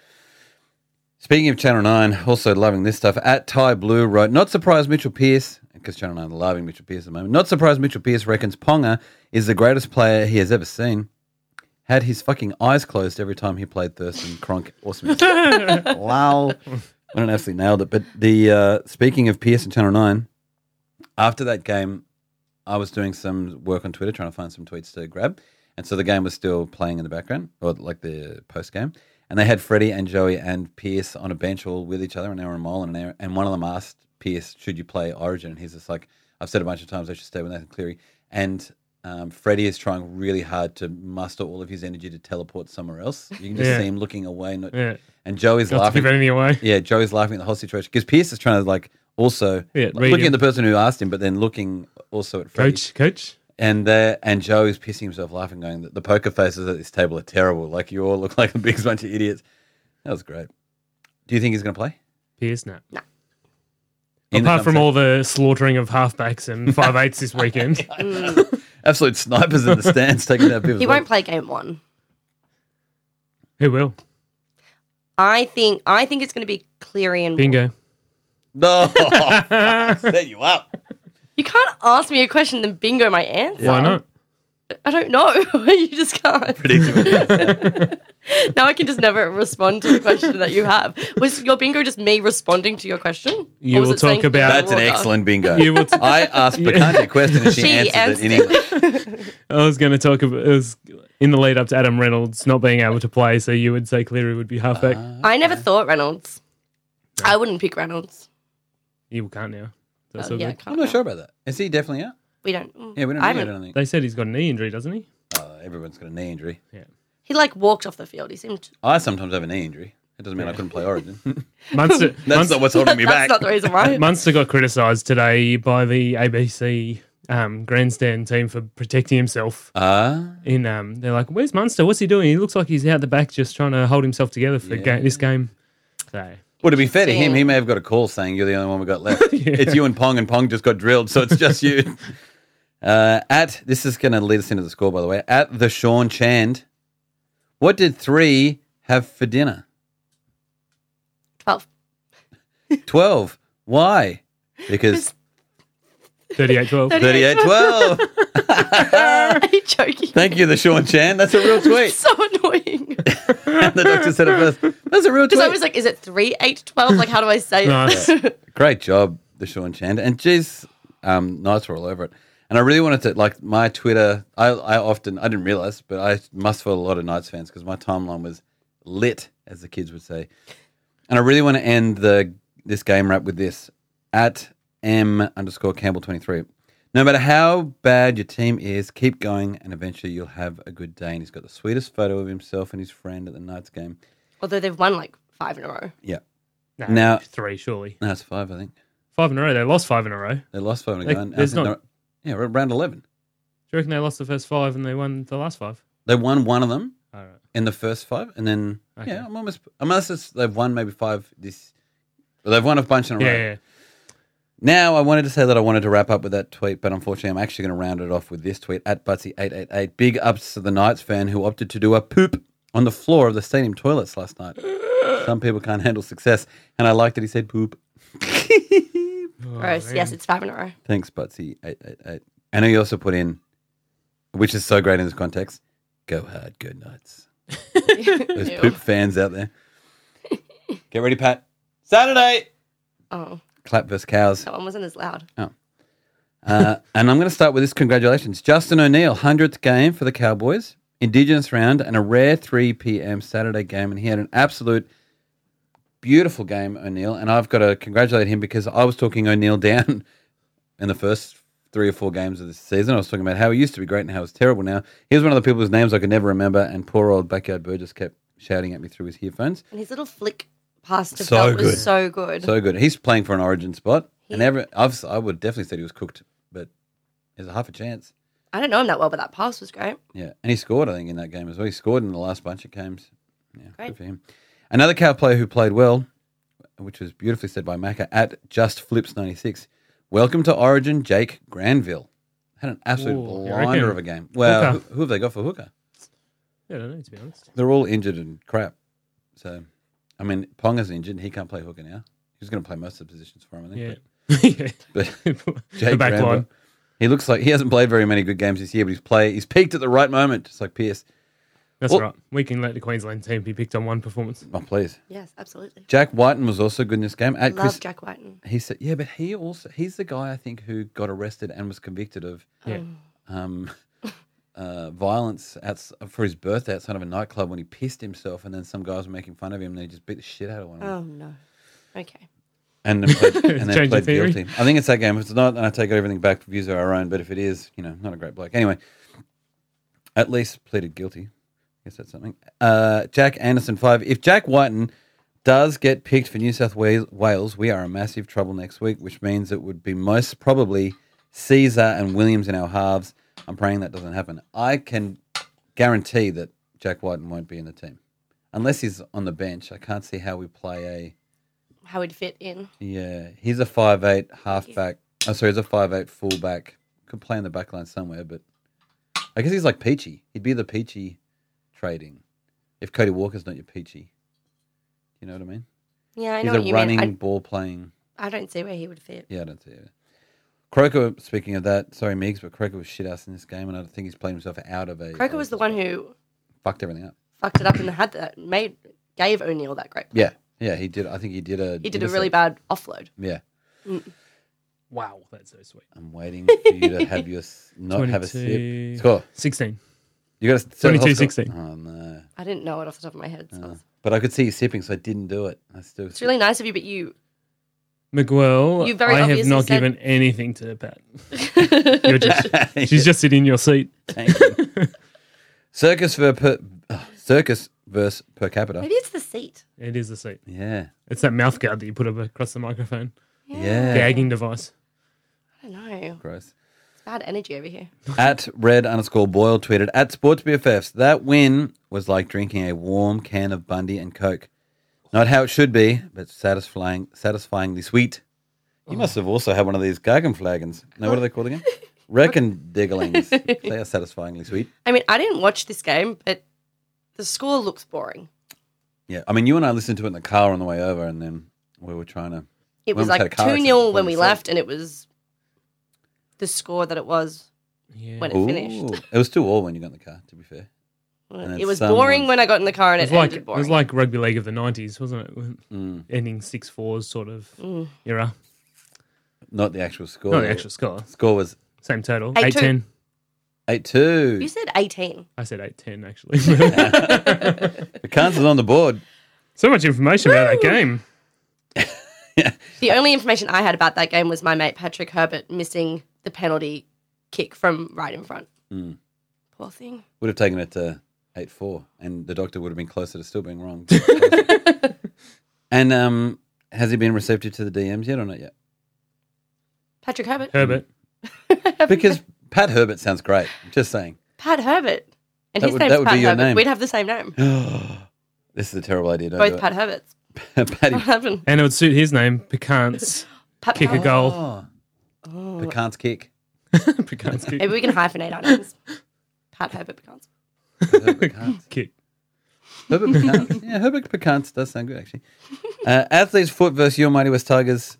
Speaking of Channel 9, also loving this stuff. At Ty Blue wrote, not surprised Mitchell Pearce, because Channel 9 are loving Mitchell Pearce at the moment, not surprised Mitchell Pearce reckons Ponga is the greatest player he has ever seen. Had his fucking eyes closed every time he played Thurston, Cronk, or Smith. Wow. I don't know if they nailed it, but the uh, speaking of Pierce and Channel Nine, after that game, I was doing some work on Twitter trying to find some tweets to grab, and so the game was still playing in the background, or like the post game, and they had Freddie and Joey and Pierce on a bench all with each other, and they were a mile and an hour, and one of them asked Pierce, "Should you play Origin?" And he's just like, "I've said a bunch of times I should stay with Nathan Cleary," and um, Freddie is trying really hard to muster all of his energy to teleport somewhere else. You can just Yeah. see him looking away, not, Yeah. and Joey's Not to laughing. give anything away. Yeah, Joey's laughing at the whole situation because Pierce is trying to like also Yeah, like, read looking him. at the person who asked him, but then looking also at Freddie. Coach, coach. And there, and Joe is pissing himself laughing, going, "The poker faces at this table are terrible. Like you all look [LAUGHS] like the biggest bunch of idiots." That was great. Do you think he's going to play? Pierce, no. In the Apart from conversation? all the slaughtering of [LAUGHS] halfbacks and five eights this weekend, absolute snipers in the [LAUGHS] stands taking out people. He won't play game one. who will? I think I think it's going to be Cleary and Bingo. No, [LAUGHS] set you up. You can't ask me a question then bingo my answer. Why not? I don't know. [LAUGHS] you just can't. [LAUGHS] now I can just never respond to the question that you have. Was your bingo just me responding to your question? You Or was will it saying talk about- That's an water? excellent bingo. You will t- [LAUGHS] I asked Bacante a question and she, She answered, it in answered [LAUGHS] English. I was going to talk about it was in the lead up to Adam Reynolds not being able to play, so you would say Cleary would be halfback. [LAUGHS] Ah. I never thought Reynolds. I wouldn't pick Reynolds. you can't now. Uh, That's Oh, all yeah, good. can't I'm not sure about that. Is he definitely out? We don't. mm, Yeah, we don't I know. yet, I haven't- don't think. They said he's got a knee injury, [LAUGHS] doesn't he? Uh, everyone's got a knee injury. He like walked off the field. He seemed. I sometimes have a knee injury. That doesn't mean I couldn't play [LAUGHS] Origin. Munster, That's Munster, not what's holding me that's back. not the reason [LAUGHS] why. Munster got criticised today by the ABC um, grandstand team for protecting himself. Ah, In um, they're like, "Where's Munster? What's he doing? He looks like he's out the back, just trying to hold himself together for ga- this game." So well, to be fair to him, he may have got a call saying you're the only one we got [LAUGHS] left. It's you and Pong, and Pong just got drilled, so it's just you. [LAUGHS] Uh, at this is going to lead us into the score, by the way. At the Sean Chand, what did three have for dinner? Twelve. Twelve. Why? Because [LAUGHS] 38-12. thirty-eight, twelve. Are you joking? Thank you, the Sean Chan. That's a [LAUGHS] real tweet. [LAUGHS] so annoying. the doctor said it first. That's a real tweet. Because I was like, is it three, eight, twelve? Like, how do [LAUGHS] I say No, it? [LAUGHS] Great job, the Sean Chand. And geez, um, Knights were all over it. And I really wanted to like my Twitter. I, I often I didn't realize, but I must follow a lot of Knights fans because my timeline was lit, as the kids would say. And I really want to end the this game wrap with this at m underscore Campbell twenty three. No matter how bad your team is, keep going, and eventually you'll have a good day. And he's got the sweetest photo of himself and his friend at the Knights game. Although they've won like five in a row. Yeah, No, Now- three surely that's five, I think. five in a row. They lost five in a row. Do They lost five and a Like, go. and I there's think not- they're- Yeah, we're at round eleven. you reckon they lost the first five and they won the last five? They won one of them All right. in the first five, and then Okay. yeah, I'm almost unless it's, they've won maybe five this. Well, they've won a bunch in a Yeah, row. yeah, yeah. Now I wanted to say that I wanted to wrap up with that tweet, but unfortunately, I'm actually going to round it off with this tweet at Butsy888. Big ups to the Knights fan who opted to do a poop on the floor of the stadium toilets last [LAUGHS] night. Some people can't handle success, and I like that he said poop. [LAUGHS] Oh, Gross. yes, it's five in a row. Thanks, Butsy888. I know you also put in, which is so great in this context. Go hard, good nights. Those poop fans out there. Get ready, Pat. Saturday. Oh, Clap versus cows. that one wasn't as loud. Uh, and I'm going to start with this. Congratulations, Justin O'Neill, hundredth game for the Cowboys, Indigenous round, and a rare 3 p.m. Saturday game. And he had an absolute beautiful game, O'Neill. And I've got to congratulate him because I was talking O'Neill down [LAUGHS] in the first three or four games of this season. I was talking about how he used to be great and how he's terrible now. He was one of the people whose names I could never remember, and poor old backyard Burgess kept shouting at me through his earphones. And his little flick past to So so good. was so good. So good. He's playing for an origin spot, and every I've, I would definitely said he was cooked, but there's a half a chance. I don't know him that well, but that pass was great. Yeah, and he scored, I think, in that game as well. He scored in the last bunch of games. Yeah, good Great. for him. Another cow player who played well, which was beautifully said by Macca at Just Flips ninety six. Welcome to Origin, Jake Granville. Had an absolute Ooh, you blinder reckon? of a game. Well, who, Hooker. who have they got for hooker? Yeah, I don't know, to be honest. They're all injured and crap. So, I mean, Ponga's injured. He can't play hooker now. He's going to play most of the positions for him, I think. Yeah. but- [LAUGHS] yeah. But the back Granville. line. He looks like he hasn't played very many good games this year, but he's play he's peaked at the right moment, just like Pierce. That's Well- right. We can let the Queensland team be picked on one performance. Oh, please. Yes, absolutely. Jack Whiten was also good in this game. At Love Chris, Jack Whiten. he said, yeah, but he also he's the guy I think who got arrested and was convicted of Yeah. um, [LAUGHS] uh, violence outs for his birthday outside of a nightclub when he pissed himself, and then some guys were making fun of him, and they just beat the shit out of one. of them. Oh no. Okay. and then [LAUGHS] played, and then Change your played theory. guilty. I think it's that game. If it's not, then I take everything back. Views are our own. But if it is, you know, not a great bloke. Anyway, at least pleaded guilty. Guess that's something. Uh, Jack Anderson five. If Jack Whiten does get picked for New South Wa- Wales, we are in massive trouble next week, which means it would be most probably Caesar and Williams in our halves. I'm praying that doesn't happen. I can guarantee that Jack Whiten won't be in the team. Unless he's on the bench, I can't see how we play a How he'd fit in. yeah, he's a five eight halfback. Oh, sorry, he's a five eight fullback. Could play in the back line somewhere, but I guess he's like Peachy. He'd be the Peachy trading. If Cody Walker's not your Peachy, you know what I mean? Yeah, I he's know a what you running mean. ball playing. I, I don't see where he would fit. Yeah, I don't see it. Croker, speaking of that, sorry Meigs, but Croker was shit ass in this game, and I think he's played himself out of a. Croker was the one who fucked everything up. fucked it up and had that made gave O'Neill that great. Yeah, yeah, he did. I think he did a. He did a really bad offload. Yeah, Wow, that's so sweet. I'm waiting for you [LAUGHS] to have your s- not have a sip. 22. Score. 16. You got to 22-16. Oh no! I didn't know it off the top of my head. So it's- But I could see you sipping, so I didn't do it. I still. it's really nice of you, but you Miguel, You very I have obviously not said- given anything [LAUGHS] to Pat. You're just, [LAUGHS] she's just sitting in your seat. [LAUGHS] circus ver per, oh, circus verse per capita. maybe it's the seat. It is a seat. Yeah. It's that mouth guard that you put up across the microphone. Yeah. Gagging device. I don't know. Gross. It's bad energy over here. at red underscore boyle tweeted at sports bffs that win was like drinking a warm can of bundy and coke not how it should be but satisfying satisfyingly sweet you must have also had one of these gargenflagons no what are they called [LAUGHS] again reckon digglings they are satisfyingly sweet I mean, I didn't watch this game, but the score looks boring. yeah i mean you and i listened to it in the car on the way over and then we were trying to When It was we had a like car 2 accident 0 before when the we set. left, and it was the score that it was Yeah. when it Ooh. finished. it was two all when you got in the car to be fair then It was someone- boring when I got in the car, and It it, was, like, ended it boring. was like rugby league of the 90s, wasn't it? Mm. Ending 6 4s sort of era. not the actual score Not the actual score. score was Same total. Eight Eight two. ten. you 8-2 said 18. I said eight ten actually. [LAUGHS] the Kansas on the board so much information about that game. The only information I had about that game was my mate Patrick Herbert missing the penalty kick from right in front. Hmm. Poor thing. would have taken it to eight four, and the doctor would have been closer to still being [LAUGHS] wrong. and um, has he been receptive to the DMs yet or not yet? Patrick Herbert. Herbert. Because Pat Herbert sounds great. I'm just saying, Pat Herbert. And That his would- name's that would be Pat your Herbert. name. We'd have the same name. this is a terrible idea. Don't Both do Pat Herberts. it. [LAUGHS] Patty. [LAUGHS] What happened? And it would suit his name, Pecans. Pat Kick a goal. Oh, Pecans [LAUGHS] kick. Oh. Pecans kick. Maybe we can hyphenate our names. [LAUGHS] Pat Herbert becomes. Herbert Pecans. kick. Herbert Pecans. Yeah, Herbert Pecans does sound good actually. Uh, Athlete's foot versus your mighty West Tigers.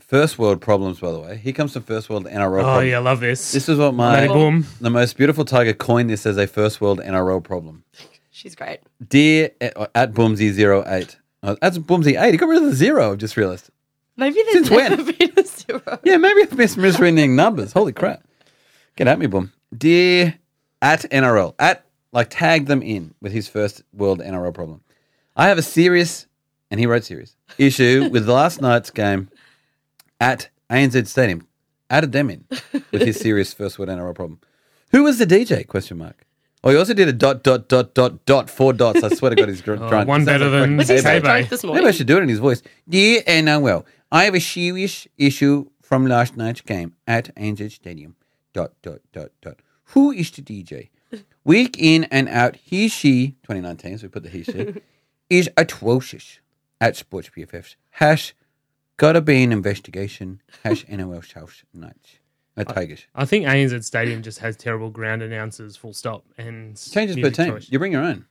First world problems, by the way. Here comes some first world NRL. Oh problems. yeah, I love this. This is what my Matty Boom. the most beautiful tiger coined this as a first world NRL problem. She's great. Dear at, at Boomsy08. Oh, that's Boomsy8. You got rid of the zero, I've just realized. Maybe there's Since when? never [LAUGHS] been a zero. [LAUGHS] Yeah, maybe I've mis- misreading numbers. Holy crap. Get at me, Boom. Dear at NRL, at like tag them in with his first world NRL problem. I have a serious, and he wrote serious, issue with last night's game at ANZ Stadium. Added them in with his serious first world NRL problem. Who was the DJ? Question mark. Oh, he also did a dot, dot, dot, dot, dot, four dots. I swear to [LAUGHS] God, he's gr- Oh, drunk. one Sounds better like than fucking Was he so Tabo. drunk this morning? Maybe I should do it in his voice. Dear NOL, I have a serious issue from last night's game at ANZ Stadium. Dot, dot, dot, dot. Who is the [LAUGHS] DJ? Week in and out, he, she, 2019, so we put the he, she, [LAUGHS] is atrocious at Sports BFFs. Hash, gotta be an investigation. Hash [LAUGHS] NOL South Nights. A Tigers. I think ANZ Stadium just has terrible ground announcers, full stop, and Changes per music team. choice. You bring your own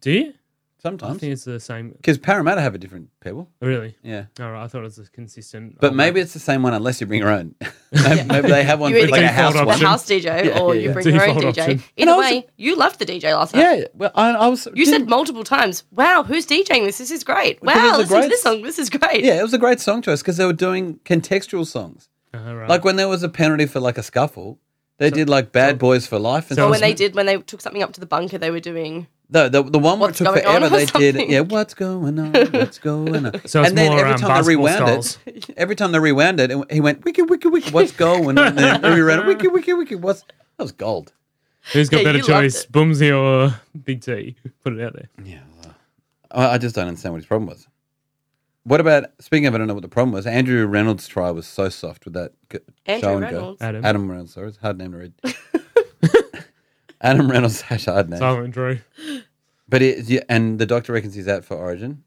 Do you? I sometimes. think it's the same. Because Parramatta have a different pebble. Really? Yeah. All right. I thought it was a consistent. But oh, maybe mate. it's the same one unless you bring your own. [LAUGHS] maybe, maybe they have one You for, like a either house default one. The Option. house DJ, Yeah, or yeah, you yeah. bring your own Default DJ. option. And I Either was- way, you loved the DJ last night. Yeah, well, I, I was. You didn't- said multiple times, wow, who's DJing this? This is great. Because it's Wow, a listen to great- this song. This is great. Yeah, it was a great song choice because they were doing contextual songs. Oh, right. Like when there was a penalty for like a scuffle, they did like "Bad Boys for Life" and stuff. Or so Oh, when they did, when they took something up to the bunker, they were doing. the, the the one where it What's took Going On forever. or They did something. yeah. What's going on? What's going on? [LAUGHS] So it's more, um, basketball styles. it, [LAUGHS] every time they rewound it, it- he went wiki wiki wiki. What's going on? And [LAUGHS] then he rewound it, wiki wiki wiki. What's that was gold. who's got Yeah, better you loved choice, Boomsy or Big T? Put it out there. I, I just don't understand what his problem was. What about speaking of? I don't know what the problem was. Andrew Reynolds' try was so soft with that g- Andrew show and Reynolds. go. Adam. Adam Reynolds. Sorry, it's a hard name to read. [LAUGHS] Adam Reynolds hash hard name. Silent Drew. But it, yeah, and the doctor reckons he's out for Origin.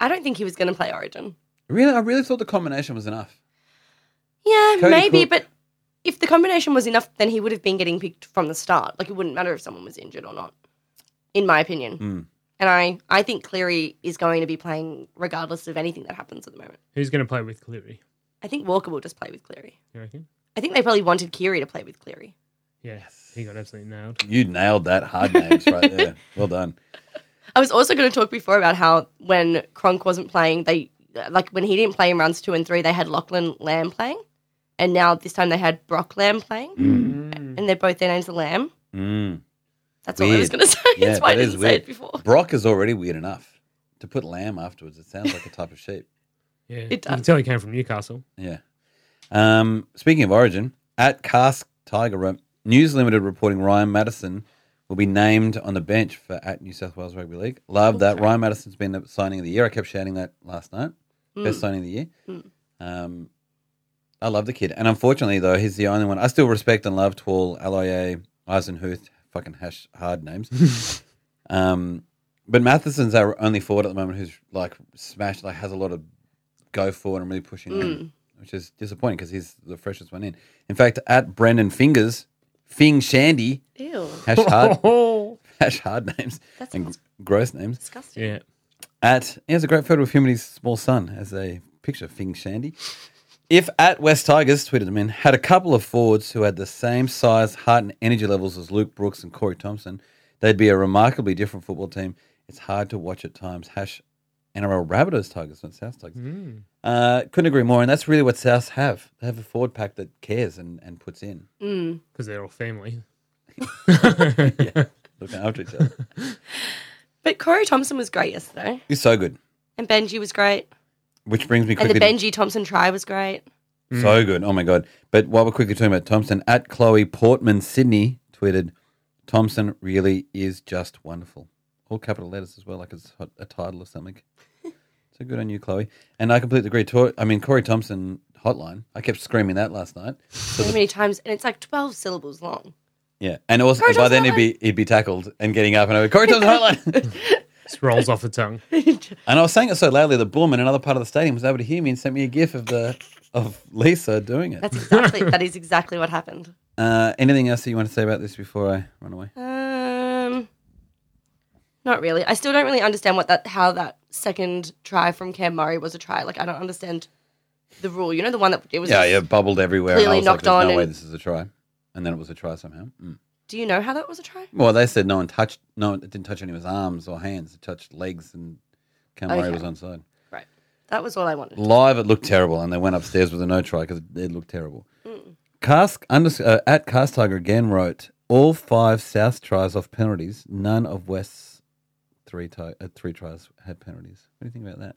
I don't think he was going to play Origin. Really, I really thought the combination was enough. Yeah, Cody maybe, Cook- but if the combination was enough, then he would have been getting picked from the start. Like it wouldn't matter if someone was injured or not, in my opinion. Hmm. And I, I think Cleary is going to be playing regardless of anything that happens at the moment. Who's going to play with Cleary? I think Walker will just play with Cleary. You reckon? I think they probably wanted Kiri to play with Cleary. Yeah, he got absolutely nailed. You nailed that hard names right [LAUGHS] there. Well done. I was also going to talk before about how when Kronk wasn't playing, they like when he didn't play in rounds two and three, they had Lachlan Lamb playing, and now this time they had Brock Lamb playing, Hmm. and they're both their names are Lamb. Mm. That's all I was Weird. going to [LAUGHS] say. That's why I didn't say it before. Brock is already weird enough. To put lamb afterwards, it sounds like a type of sheep. Yeah, It you can does. tell he came from Newcastle. Yeah. Um, speaking of Origin, at Cask Tiger wrote, News Limited reporting Ryan Madison will be named on the bench for at New South Wales Rugby League. Love that Ryan Madison's been the signing of the year. I kept shouting that last night. Best signing of the year. Um, I love the kid, and unfortunately though, he's the only one I still respect and love. Twall, Aloye, Eisenhuth, fucking hash hard names. um, but Matheson's our only forward at the moment who's like smashed, like has a lot of go forward and really pushing, in, which is disappointing because he's the freshest one in. In fact, at Brendan Fingers, Fing Shandy, Ew, hash [LAUGHS] [LAUGHS] hard, hash hard names That and sounds- gr- gross names. disgusting. Yeah. At he has a great photo of him and his small son as a picture of Fing Shandy. If at West Tigers, tweeted him in, had a couple of forwards who had the same size, heart, and energy levels as Luke Brooks and Corey Thompson, they'd be a remarkably different football team. It's hard to watch at times. Hash NRL Rabbitohs Tigers, not South Tigers. Uh, couldn't agree more. And that's really what Souths have. They have a forward pack that cares and, and puts in, Because they're all family. looking after each other. But Corey Thompson was great yesterday, He's so good. and Benji was great, Which brings me and the quickly to Benji Thompson try was great. Mm. So good. Oh my God. But while we're quickly talking about Thompson, at Chloe Portman Sydney tweeted, Thompson really is just wonderful. All capital letters as well, like it's hot- a title or [LAUGHS] something. so good on you, Chloe. And I completely agree. Tor- I mean, Corey Thompson hotline. I kept screaming that last night. So [LAUGHS] many times, and it's like twelve syllables long. Yeah. And also, Corey by then Thompson he'd be, he'd be tackled and getting up and over, Corey [LAUGHS] Thompson hotline. Just rolls off the tongue. [LAUGHS] and I was saying it so loudly that Bullman, another part of the stadium, was able to hear me and sent me a gif of the of Lisa doing it. [LAUGHS] That's exactly that is exactly what happened. Uh, anything else that you want to say about this before I run away? Um, not really. I still don't really understand what that how that second try from Cam Murray was a try. Like I don't understand the rule. You know the one that it was. Yeah, just- yeah, bubbled everywhere. clearly and I was knocked like, There's on no way and- this is a try. And then it was a try somehow. Mm. Do you know how that was a try? Well, they said no one touched, no one it didn't touch any of his arms or hands. It touched legs and Camaro Okay. was onside. Right. That was all I wanted. Live, it looked terrible, and they went upstairs with a no try because it looked terrible. Mm. Cask under, uh, at Cast Tiger again wrote all five South tries off penalties. None of West's three ti- uh, three tries had penalties. What do you think about that?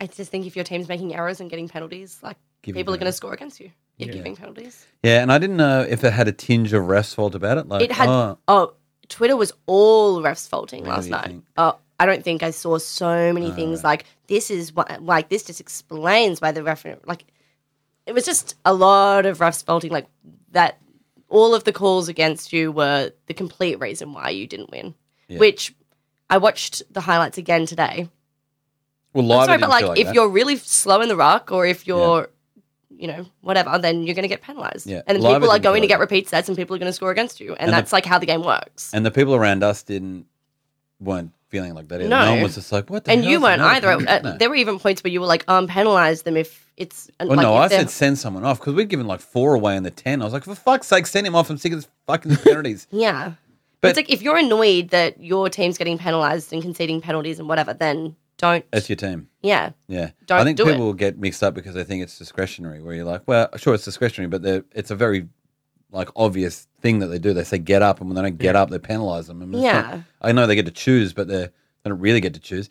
I just think if your team's making errors and getting penalties, like Giving people are going to penalties. score against you. You're giving penalties. Yeah, and I didn't know if it had a tinge of refs fault about it. Like It had oh, oh. Twitter was all refs faulting Really, last you night. think? Oh, I don't think I saw so many things like this is why, like this just explains why the referee like it was just a lot of refs faulting like that. All of the calls against you were the complete reason why you didn't win. Which I watched the highlights again today. well, I'm live. sorry, it but didn't like feel like if that. you're really slow in the ruck or if you're, you know, whatever, then you're going to get penalised. Yeah. And Live, it people didn't are feel going to like get that. repeat sets and people are going to score against you. And, the- that's like how the game works. and the people around us didn't weren't feeling like that. Either. No. No. one was just like what. the And hell you is weren't another either. penalty? Uh, No. There were even points where you were like, um, penalise them if it's. uh, Well, like no, if I they're- said send someone off because we'd given like four away in the ten. I was like, for fuck's sake, send him off. I'm sick of this [LAUGHS] fucking penalties. Yeah. But- But it's like if you're annoyed that your team's getting penalised and conceding penalties and whatever, then don't. That's your team. yeah. Yeah, Don't I think do people it. will get mixed up because they think it's discretionary. Where you're like, well, sure, it's discretionary, but they're- it's a very like obvious thing that they do. They say get up, and when they don't get up, they penalise them. I mean, it's not- Yeah. I know they get to choose, but they're- they don't really get to choose.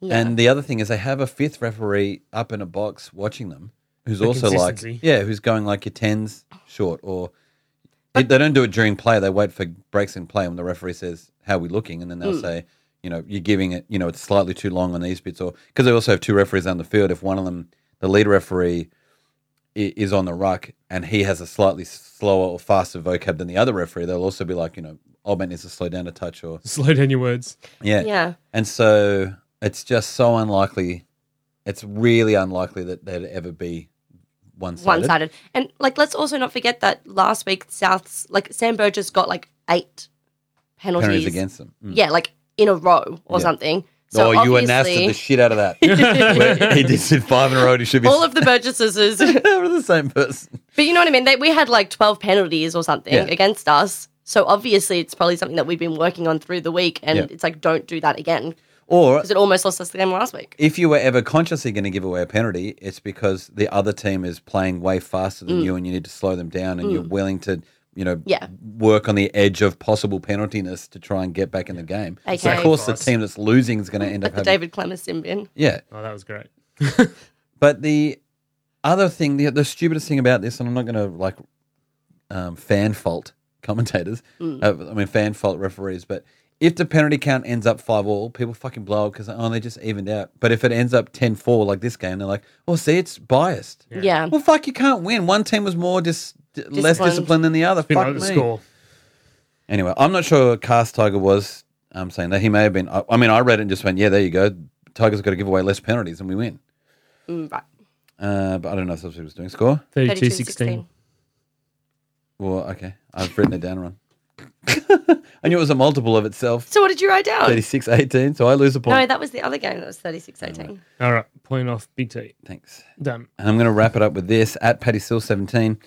Yeah. And the other thing is, they have a fifth referee up in a box watching them, who's For also like, consistency. yeah, who's going like your tens short, or it, they don't do it during play. They wait for breaks in play when the referee says, "How are we looking?" and then Hmm. they'll say, "You know, you're giving it. You know, it's slightly too long on these bits," or because they also have two referees on the field. If one of them, the lead referee, i- is on the ruck and he has a slightly slower or faster vocab than the other referee, they'll also be like, you know, "Oh, old man needs to slow down a touch, or Slow down your words. yeah, Yeah. and so it's just so unlikely. It's really unlikely that there'd ever be one sided. one sided. And like, let's also not forget that last week South's like Sam Burgess got like eight penalties, penalties against them. Mm. Yeah, like in a row or Yeah. something. So oh, you were nasty obviously, the shit out of [LAUGHS] that. [LAUGHS] Where he did sit five in a row. He should be [LAUGHS] all of the Burgesses is, but We're the same person. you know what I mean. They, we had like twelve penalties or something Yeah. against us. So obviously, it's probably something that we've been working on through the week, and Yeah. it's like, don't do that again Or because it almost lost us the game last week. if you were ever consciously going to give away a penalty, it's because the other team is playing way faster than you, and you need to slow them down, and you're willing to. You know, Mm. Yeah. work on the edge of possible penaltiness to try and get back in the game. So of Okay. Mm, course, the Fast. team that's losing is going to end Like up the having. David Clemmer sin bin. Yeah, Oh, that was great. But the other thing, the, the stupidest thing about this, and I'm not going to like um, fan fault [LAUGHS] commentators, Mm. uh, I mean, fan fault referees, but if the penalty count ends up 5 all, people fucking blow up because, oh, they just evened out. But if it ends up 10 4 like this game, they're like, oh, see, it's biased. Yeah. Well, fuck, you can't win. One team was more dis- d- less Disciplined. disciplined than the other. Been Fuck like the me. score. Anyway, I'm not sure Cast Tiger was um, saying that. He may have been. I, I mean, I read it and just went, yeah, there you go. Tiger's got to give away less penalties and we win. Mm, right. Uh, but I don't know if that's what he was doing. Score? 32 16. 16. Well, okay. I've written it down wrong. [LAUGHS] I knew it was a multiple of itself. So what did you write down? 36 18, so I lose a point. No, that was the other game. That was 36-18. All right. Point off. Big T. Thanks. Done. And I'm going to wrap it up with this at Patty Seal 17.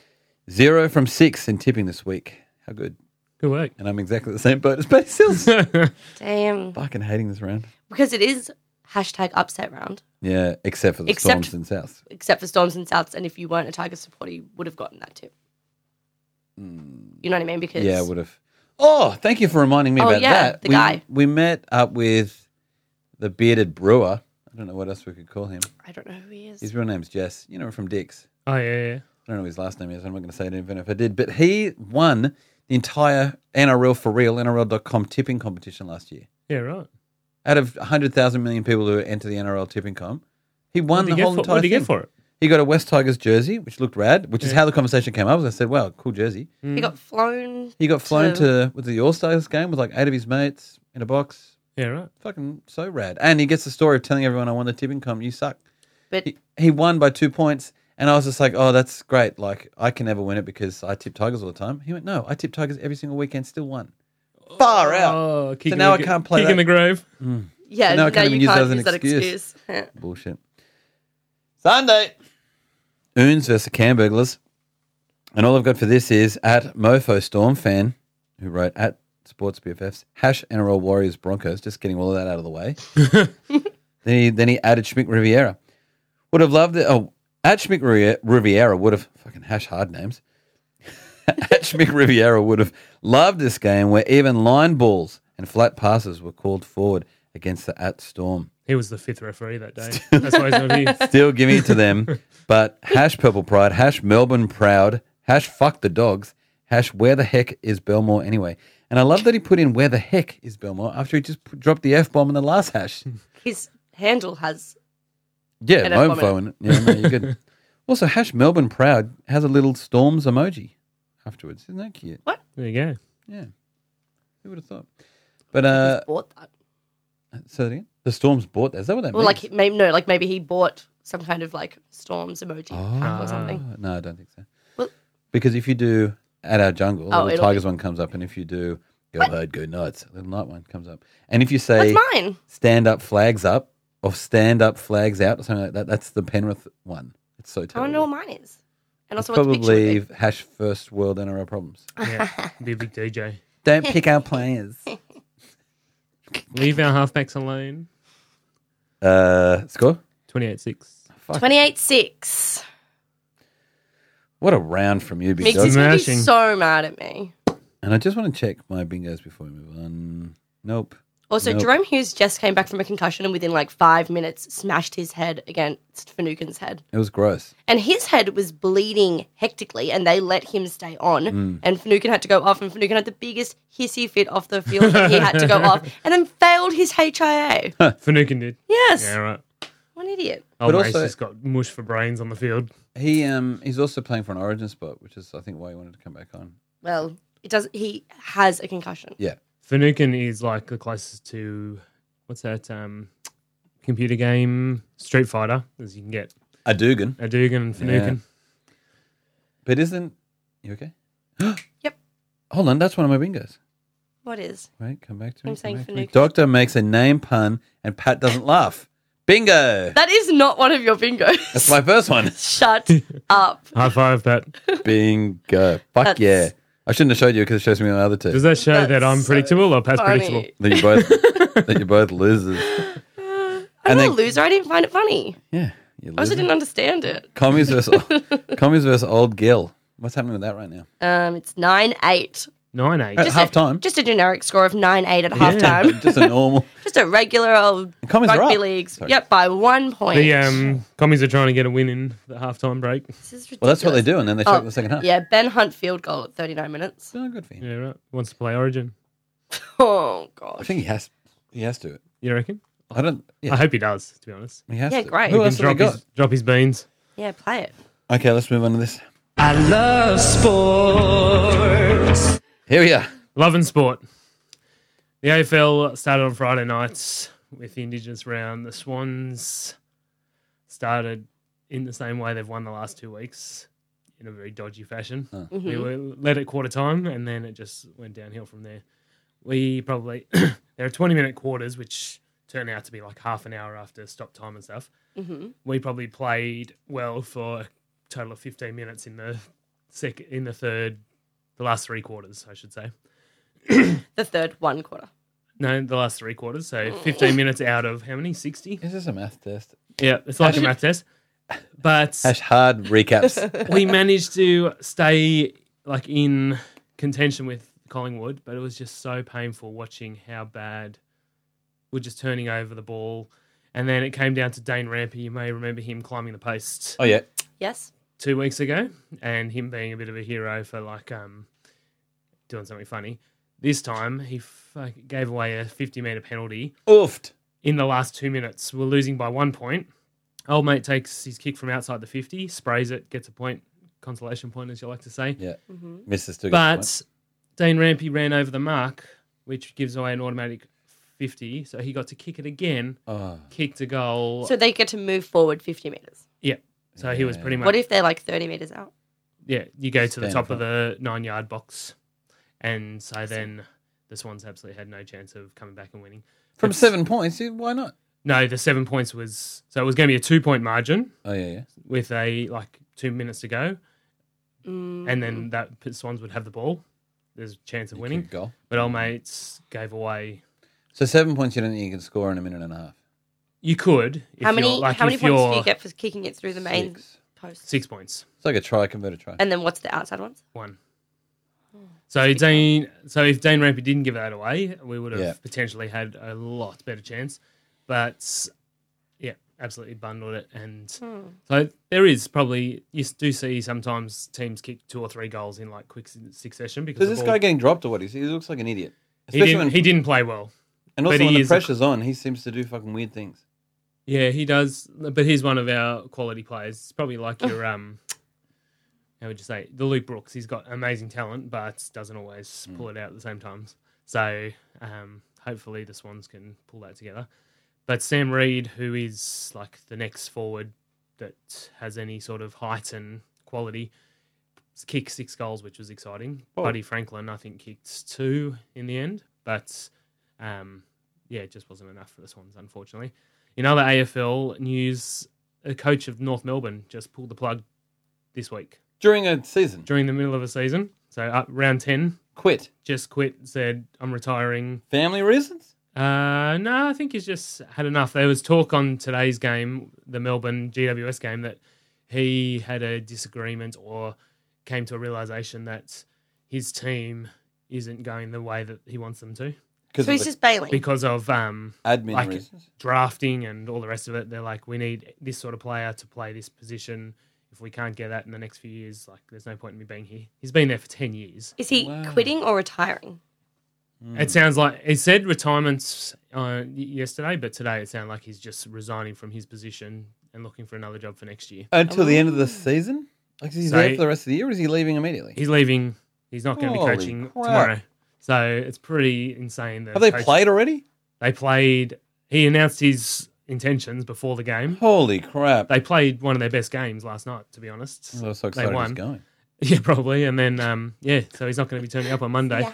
Zero from six in tipping this week. How good. Good work. [LAUGHS] Oh, And I'm exactly the same boat as Patty [LAUGHS] Sills. Damn. Fucking hating this round. Because it is hashtag upset round. Yeah, except for the Except- Storms and South. except for Storms and Souths. And if you weren't a Tiger supporter, you would have gotten that tip. You know what I mean? Because Yeah, I would have. Oh, thank you for reminding me Oh, about yeah, that. the we, guy. we met up with the bearded brewer. I don't know what else we could call him. I don't know who he is. His real name's Jess. You know, from Dick's. Oh, yeah, yeah. I don't know what his last name is. I'm not going to say it even if I did. But he won the entire NRL for real, NRL.com tipping competition last year. Yeah, right. Out of 100,000 million people who enter the NRL tipping com, he won What the did you whole get for- entire what did you thing. get for it? He got a West Tigers jersey, which looked rad, which is how the conversation came up. I said, wow, cool jersey. He got flown. He got flown So- to was it the All Stars game with like eight of his mates in a box. Yeah, right. Fucking so rad. And he gets the story of telling everyone, I won the tipping com. You suck. But he, he won by two points. And I was just like, oh, that's great. Like, I can never win it because I tip Tigers all the time. He went, no, I tip Tigers every single weekend, still won. Far out. Oh, kick So in now the I gu- can't play Kick that. in the grave. yeah, So now I now, can't even you use that can't as an use that excuse. excuse. Bullshit. Sunday. Oons versus Camburglers. And all I've got for this is at Mofo Storm fan, who wrote at Sports BFFs hash NRL Warriors Broncos. Just getting all of that out of the way. then he then he added Schmick Riviera. Would have loved it. Oh, at Schmick Ri- Riviera would have fucking hash hard names. [LAUGHS] at Schmick Riviera would have loved this game where even line balls and flat passes were called forward against the at Storm. He was the fifth referee [LAUGHS] that day. That's why he's not here. Still give it to them. But hash Purple Pride, hash Melbourne Proud, hash Fuck the Dogs, hash Where the Heck is Belmore anyway. And I love that he put in Where the Heck is Belmore after he just p- dropped the F bomb in the last [LAUGHS] hash. His handle has Yeah, An F bomb Momfo. And, yeah, no, you're [LAUGHS] good. also, hash Melbourne Proud has a little Storms emoji afterwards. Isn't that cute? There you go. Yeah. Who would have thought? But uh, he's bought that. say that again. The Storms bought that. Is that what that Well, means? like maybe no, like maybe he bought some kind of like storms emoji pack or something. Uh, No, I don't think so. Well- because if you do at our jungle, Oh, the little it'll be- tigers one comes up, and if you do go herd, go nuts, little night one comes up, and if you say That's mine. stand up flags up or stand up flags out or something like that, that's the Penrith one. It's so I terrible. don't know what mine is. And It's also, what's probably probably hash first world NRL problems. Yeah. Be a big DJ. Don't pick [LAUGHS] our players. Leave our halfbacks alone. Uh, score. 28 6. twenty-eight six. What a round from you, big Mix dog. is gonna be Smashing. so mad at me. And I just want to check my bingos before we move on. Nope. Also, Nope. Jerome Hughes just came back from a concussion and within like five minutes smashed his head against Finucane's head. It was gross. And his head was bleeding hectically, and they let him stay on. Hmm. And Finucane had to go off, and Finucane had the biggest hissy fit off the field that he had to go [LAUGHS] off, and then failed his HIA. Finucane did. yes, Yeah, right. what an idiot. Old But Mace also- just got mush for brains on the field. He um he's also playing for an Origin spot, which is I think why he wanted to come back on. Well, it does. He has a concussion. Yeah, Finucane is like the closest to what's that um, computer game Street Fighter as you can get. a Dugan. A Dugan and Finucane. But isn't you okay? [GASPS] Yep. Hold on, that's one of my bingos. What is? Wait, come back to me. I'm come saying back to me. Finucane. Doctor makes a name pun and Pat doesn't [LAUGHS] laugh. Bingo. That is not one of your bingos. [LAUGHS] That's my first one. Shut [LAUGHS] up. High five, Pat. Bingo. Fuck That's- yeah. I shouldn't have showed you because it shows me my other two. Does that show that I'm That's so predictable or Pat's funny. predictable? That you [LAUGHS] both that you both losers. I'm And not a then- loser. I didn't find it funny. Yeah. You I also losers. didn't understand it. Commies versus [LAUGHS] commies versus old Gil. What's happening with that right now? Um, it's nine eight. Nine eight. At half time. Just a generic score of nine eight at [LAUGHS] halftime. Just a normal Just a regular old Commies are rugby up. leagues. Sorry. Yep, by one point. the um, commies are trying to get a win in the halftime break. This is Well, that's what they ridiculous. do, and then they check Oh, the second half. Yeah, Ben Hunt field goal at 39 minutes. Oh, good for him. Yeah, right. Wants to play Origin. Oh I gosh. think he has. He has to. You reckon? I don't. I Yeah, hope he does. To be honest, he has Yeah, to. great. Who He else have we drop got? his drop his beans. Yeah, play it. Okay, let's move on to this. I love sports. Here we are. Love and sport. The AFL started on Friday nights with the Indigenous round. The Swans started in the same way they've won the last two weeks in a very dodgy fashion. We were led at quarter time and then it just went downhill from there. We probably, [CLEARS THROAT] there are 20 minute quarters, which turn out to be like half an hour after stop time and stuff. We probably played well for a total of 15 minutes in the second, in the third, the last three quarters, I should say. The third one quarter. No, the last three quarters. So 15 minutes out of how many? 60? Is this a math test? Yeah, it's like a math test. But Hash hard [LAUGHS] recaps. we managed to stay like in contention with Collingwood, but it was just so painful watching how bad we're just turning over the ball. And then it came down to Dane Rampy. You may remember him climbing the post oh yeah. Yes. two weeks ago and him being a bit of a hero for like um doing something funny. This time he fuck gave away a 50 meter penalty Oofed. in the last two minutes. We're losing by one point. Old mate takes his kick from outside the 50, sprays it, gets a point, consolation point, as you like to say. Yeah. Mm-hmm. Mrs. Stugan. But Dane Rampy ran over the mark, which gives away an automatic 50. So he got to kick it again, Oh. kicked a goal. So they get to move forward 50 meters. yeah. So he was pretty much. What if they're like 30 meters out? yeah, you go to the Stand top up. of the nine yard box. And so then the Swans absolutely had no chance of coming back and winning. from It's- seven points. yeah, Why not? No, the seven points was. So it was going to be a two point margin. Oh yeah, yeah. with a like two minutes to go. and Mm. then that p- Swans would have the ball. There's a chance of winning. Goal. But old mates gave away. So seven points you don't think you can score in a minute and a half. You could. If How many You're, like how many if points you're do you get for kicking it through the main Six. post? Six points. It's like a try, convert a try. And then what's the outside ones? One. Oh, So Dane. So if Dane Rampy didn't give that away, we would have Yeah. potentially had a lot better chance. But yeah, absolutely bundled it. And Hmm. so there is probably you s- do see sometimes teams kick two or three goals in like quick s- succession because Is the this ball- guy getting dropped or what? He's, he looks like an idiot. he Especially didn't when, he didn't play well. and also but he when the is a- pressure's on, he seems to do fucking weird things. Yeah, he does. But he's one of our quality players. It's probably like your um, how would you say the Luke Brooks? He's got amazing talent, but doesn't always pull it out at the same times. So um, hopefully the Swans can pull that together. But Sam Reed, who is like the next forward that has any sort of height and quality, kicked six goals, which was exciting. Buddy Franklin, I think, kicked two in the end, but um, yeah, it just wasn't enough for the Swans, unfortunately. In other AFL news, a coach of North Melbourne just pulled the plug this week During a season, during the middle of a season. So uh, round 10, quit. just quit, said, I'm retiring. Family reasons? Uh, no, I think he's just had enough. There was talk on today's game, the Melbourne GWS game, that he had a disagreement or came to a realization that his team isn't going the way that he wants them to Because So he's just bailing. because of um, admin like reasons. drafting and all the rest of it. They're like, we need this sort of player to play this position. If we can't get that in the next few years, like, there's no point in me being here. He's been there for 10 years. Is he quitting or retiring? Hmm. It sounds like he said retirement uh, y- yesterday, but today it sounded like he's just resigning from his position and looking for another job for next year. Until the end of Oh. the season? Like, is he So- there for the rest of the year or is he leaving immediately? He's leaving. He's not going to be Holy coaching crap. tomorrow. So it's pretty insane. That Have they coach- played already? They played. He announced his intentions before the game. Holy crap. They played one of their best games last night, to be honest. I was so they excited he's won. going. [LAUGHS] Yeah, probably. And then, um, yeah, so he's not going to be turning up on Monday.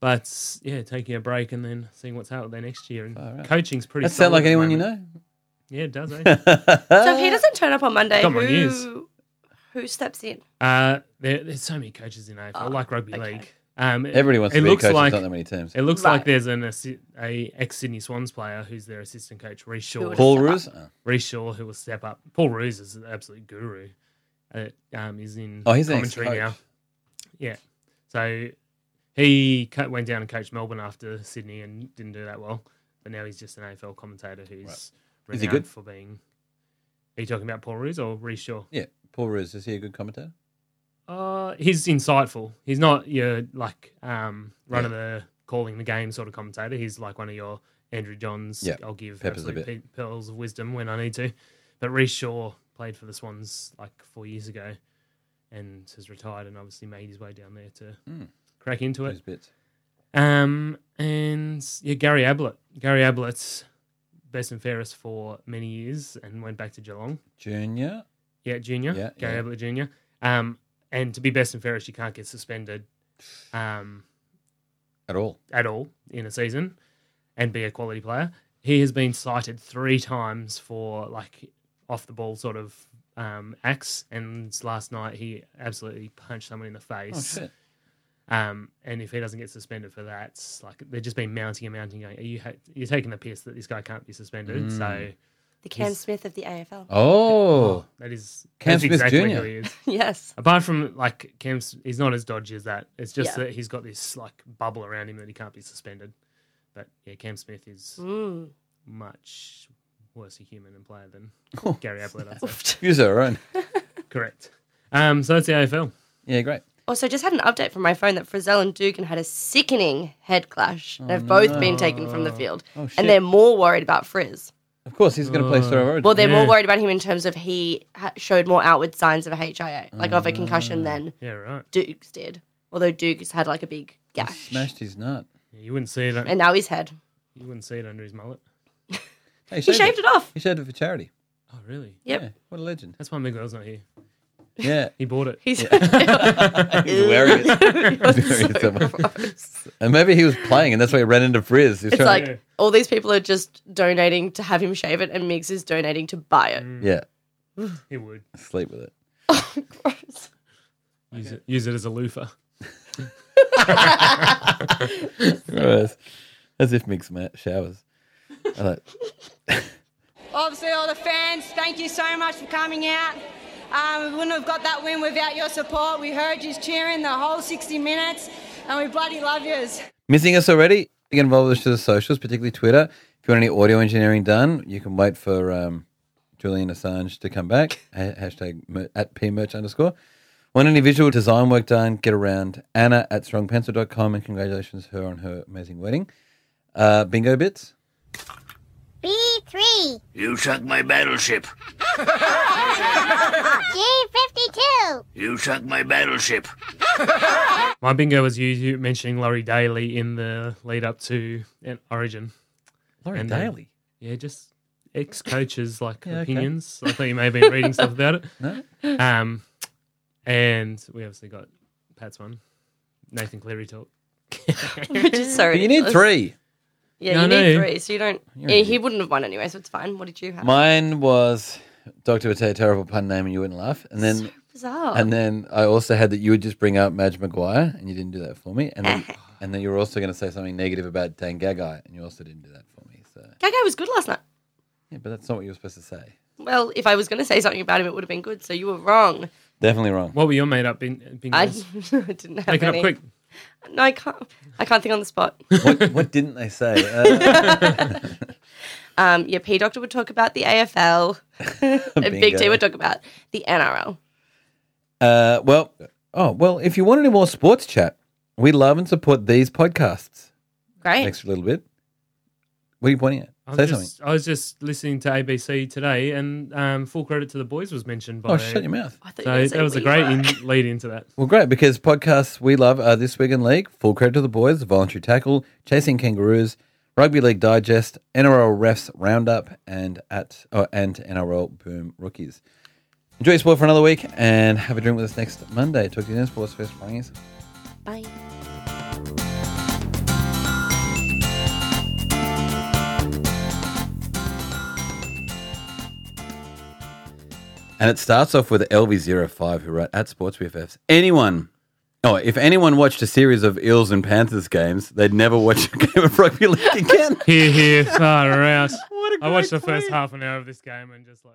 But yeah, taking a break and then seeing what's out there next year. And Far out. coaching's pretty. That sound solid like at the anyone you moment. know? Yeah, it [LAUGHS] does. So Eh? Uh, if he doesn't turn up on Monday, Come on, who, who steps in? uh, there, there's so many coaches in AFL, Oh, like rugby okay. league. Um, it- Everybody wants it to be a looks coach. There's like not that many teams. it looks like Right. there's an assi- a ex Sydney Swans player who's their assistant coach, Reece Shaw. would've- Paul Roos? Oh. Reece Shaw, who will step up. Paul Roos is an absolute guru. Uh, um, he's in Oh, he's an commentary now. ex-coach. Yeah. So he co- went down and coached Melbourne after Sydney and didn't do that well. But now he's just an AFL commentator who's Is renowned he good? for being. Are you talking about Paul Roos or Reece Shaw? Yeah, Paul Roos. Is he a good commentator? Uh, he's insightful. He's not your like um, run of the calling the game sort of commentator. He's like one of your Andrew Johns. Yeah, I'll give peppers a absolute pe- pearls of wisdom when I need to. But Reece Shaw played for the Swans like four years ago, and has retired and obviously made his way down there to Hmm. crack into it. Those bits. Um, and yeah, Gary Ablett. Gary Ablett's best and fairest for many years, and went back to Geelong. Junior? Yeah, junior. Yeah, Gary yeah. Ablett Jr. Um, and to be best and fairest, you can't get suspended um, At all. at all in a season and be a quality player. He has been cited three times for like off the ball sort of um, acts. And last night he absolutely punched someone in the Oh, face. shit. Um, and if he doesn't get suspended for that, it's like they've just been mounting and mounting, going, Are you ha- you're taking the piss that this guy can't be suspended. So The Cam He's- Smith of the Mm. AFL. [LAUGHS] Oh. [LAUGHS] that is Cam that's Smith exactly Jr.. who he is. Yes. Apart from like Kemp's, he's not as dodgy as that. It's just Yeah. that he's got this like bubble around him that he can't be suspended. But yeah, Cam Smith is Mm. much worse a human and player than Gary Ablett. I'd say. Use her own. Correct. Um, so that's the AFL. Yeah, great. Also, just had an update from my phone that Frizzell and Dugan had a sickening head clash. They've both been taken from the field, Oh, shit. and they're more worried about Frizz. Of course, he's going to play Star of Origin. Well, they're Yeah. more worried about him in terms of he ha- showed more outward signs of a HIA, like of a Mm. concussion, than Yeah, right. Dukes did. Although Dukes had like a big gash, Smashed his nut. Yeah, you wouldn't see it. and now his head. You wouldn't see it under his mullet. Hey, He shaved it off. He shaved it for charity. Oh, really? Yep. Yeah, what a [LAUGHS] legend. That's why Miguel's not here. Yeah. He bought it. [LAUGHS] He's He's wearing [LAUGHS] it. [LAUGHS] Wearing [LAUGHS] it so somewhere. gross. and maybe he was playing and that's why he ran into Frizz. He was It's trying like to- all these people are just donating to have him shave it, and Miggs is donating to buy it. yeah, He would. [LAUGHS] sleep with it. Gross. Use it, use it as a loofah. Gross. As if Mick sma- showers. I like- Obviously, all the fans, thank you so much for coming out. Um, we wouldn't have got that win without your support. We heard you cheering the whole 60 minutes, and we bloody love yous. Missing us already? Get involved with us through the socials, particularly Twitter. If you want any audio engineering done, you can wait for um, Julian Assange to come back. [LAUGHS] Ha- hashtag mer- at pmerch underscore. Want any visual design work done? Get around Anna at strongpencil.com and congratulations her on her amazing wedding. Uh, bingo bits. B3, You sunk my battleship. G52, You sunk my battleship. My bingo was you, you mentioning Laurie Daly in the lead up to an Origin. Laurie And then- Daly. Yeah, just ex coaches like Yeah, okay. opinions. I thought you may have been reading stuff about it. [LAUGHS] No? Um, and we obviously got Pat's one, Nathan Cleary talk. [LAUGHS] Which is so But you need ridiculous. three. Yeah, No, you I need know. three. So you don't. You're yeah, an he wouldn't have won anyway, so it's fine. What did you have? Mine was Dr. would say a terrible pun name and you wouldn't laugh. And then Bizarre. And then I also had that you would just bring up Madge McGuire, and you didn't do that for me. And then, and then you were also going to say something negative about Dan Gagai, and you also didn't do that for me. So Gagai was good last night. yeah, but that's not what you were supposed to say. Well, if I was going to say something about him, it would have been good. So you were wrong. Definitely wrong. What were your made up bin- [LAUGHS] uh, I bingos? didn't have Make it up any. quick. No, I can't. I can't think on the [LAUGHS] spot. what, what didn't they say? Uh, [LAUGHS] Um, yeah, P Doctor would talk about the [LAUGHS] AFL, and Big Bingo. T would talk about the NRL. uh, well, oh well. If you want any more sports chat, we love and support these podcasts. Great. Next little bit. What are you pointing at? I was, say just, I was just listening to ABC today, and um, full credit to the boys was mentioned by. something. Oh, shut your mouth. I thought you were So gonna say that was a we great were. in- lead into that. Well, great, because podcasts we love are This Week in League, Full Credit to the Boys, Voluntary Tackle, Chasing Kangaroos, Rugby League Digest, NRL Refs Roundup, and at oh, and NRL Boom Rookies. Enjoy your sport for another week and have a drink with us next Monday. Talk to you then, Sports First Frangies. Bye. And it starts off with LV05, who wrote at Sports BFFs. Anyone, oh, if anyone watched a series of Eels and Panthers games, they'd never watch a game of [LAUGHS] rugby league again. Here, [LAUGHS] here, far out. What a I watched the great first tweet. half an hour of this game and just like.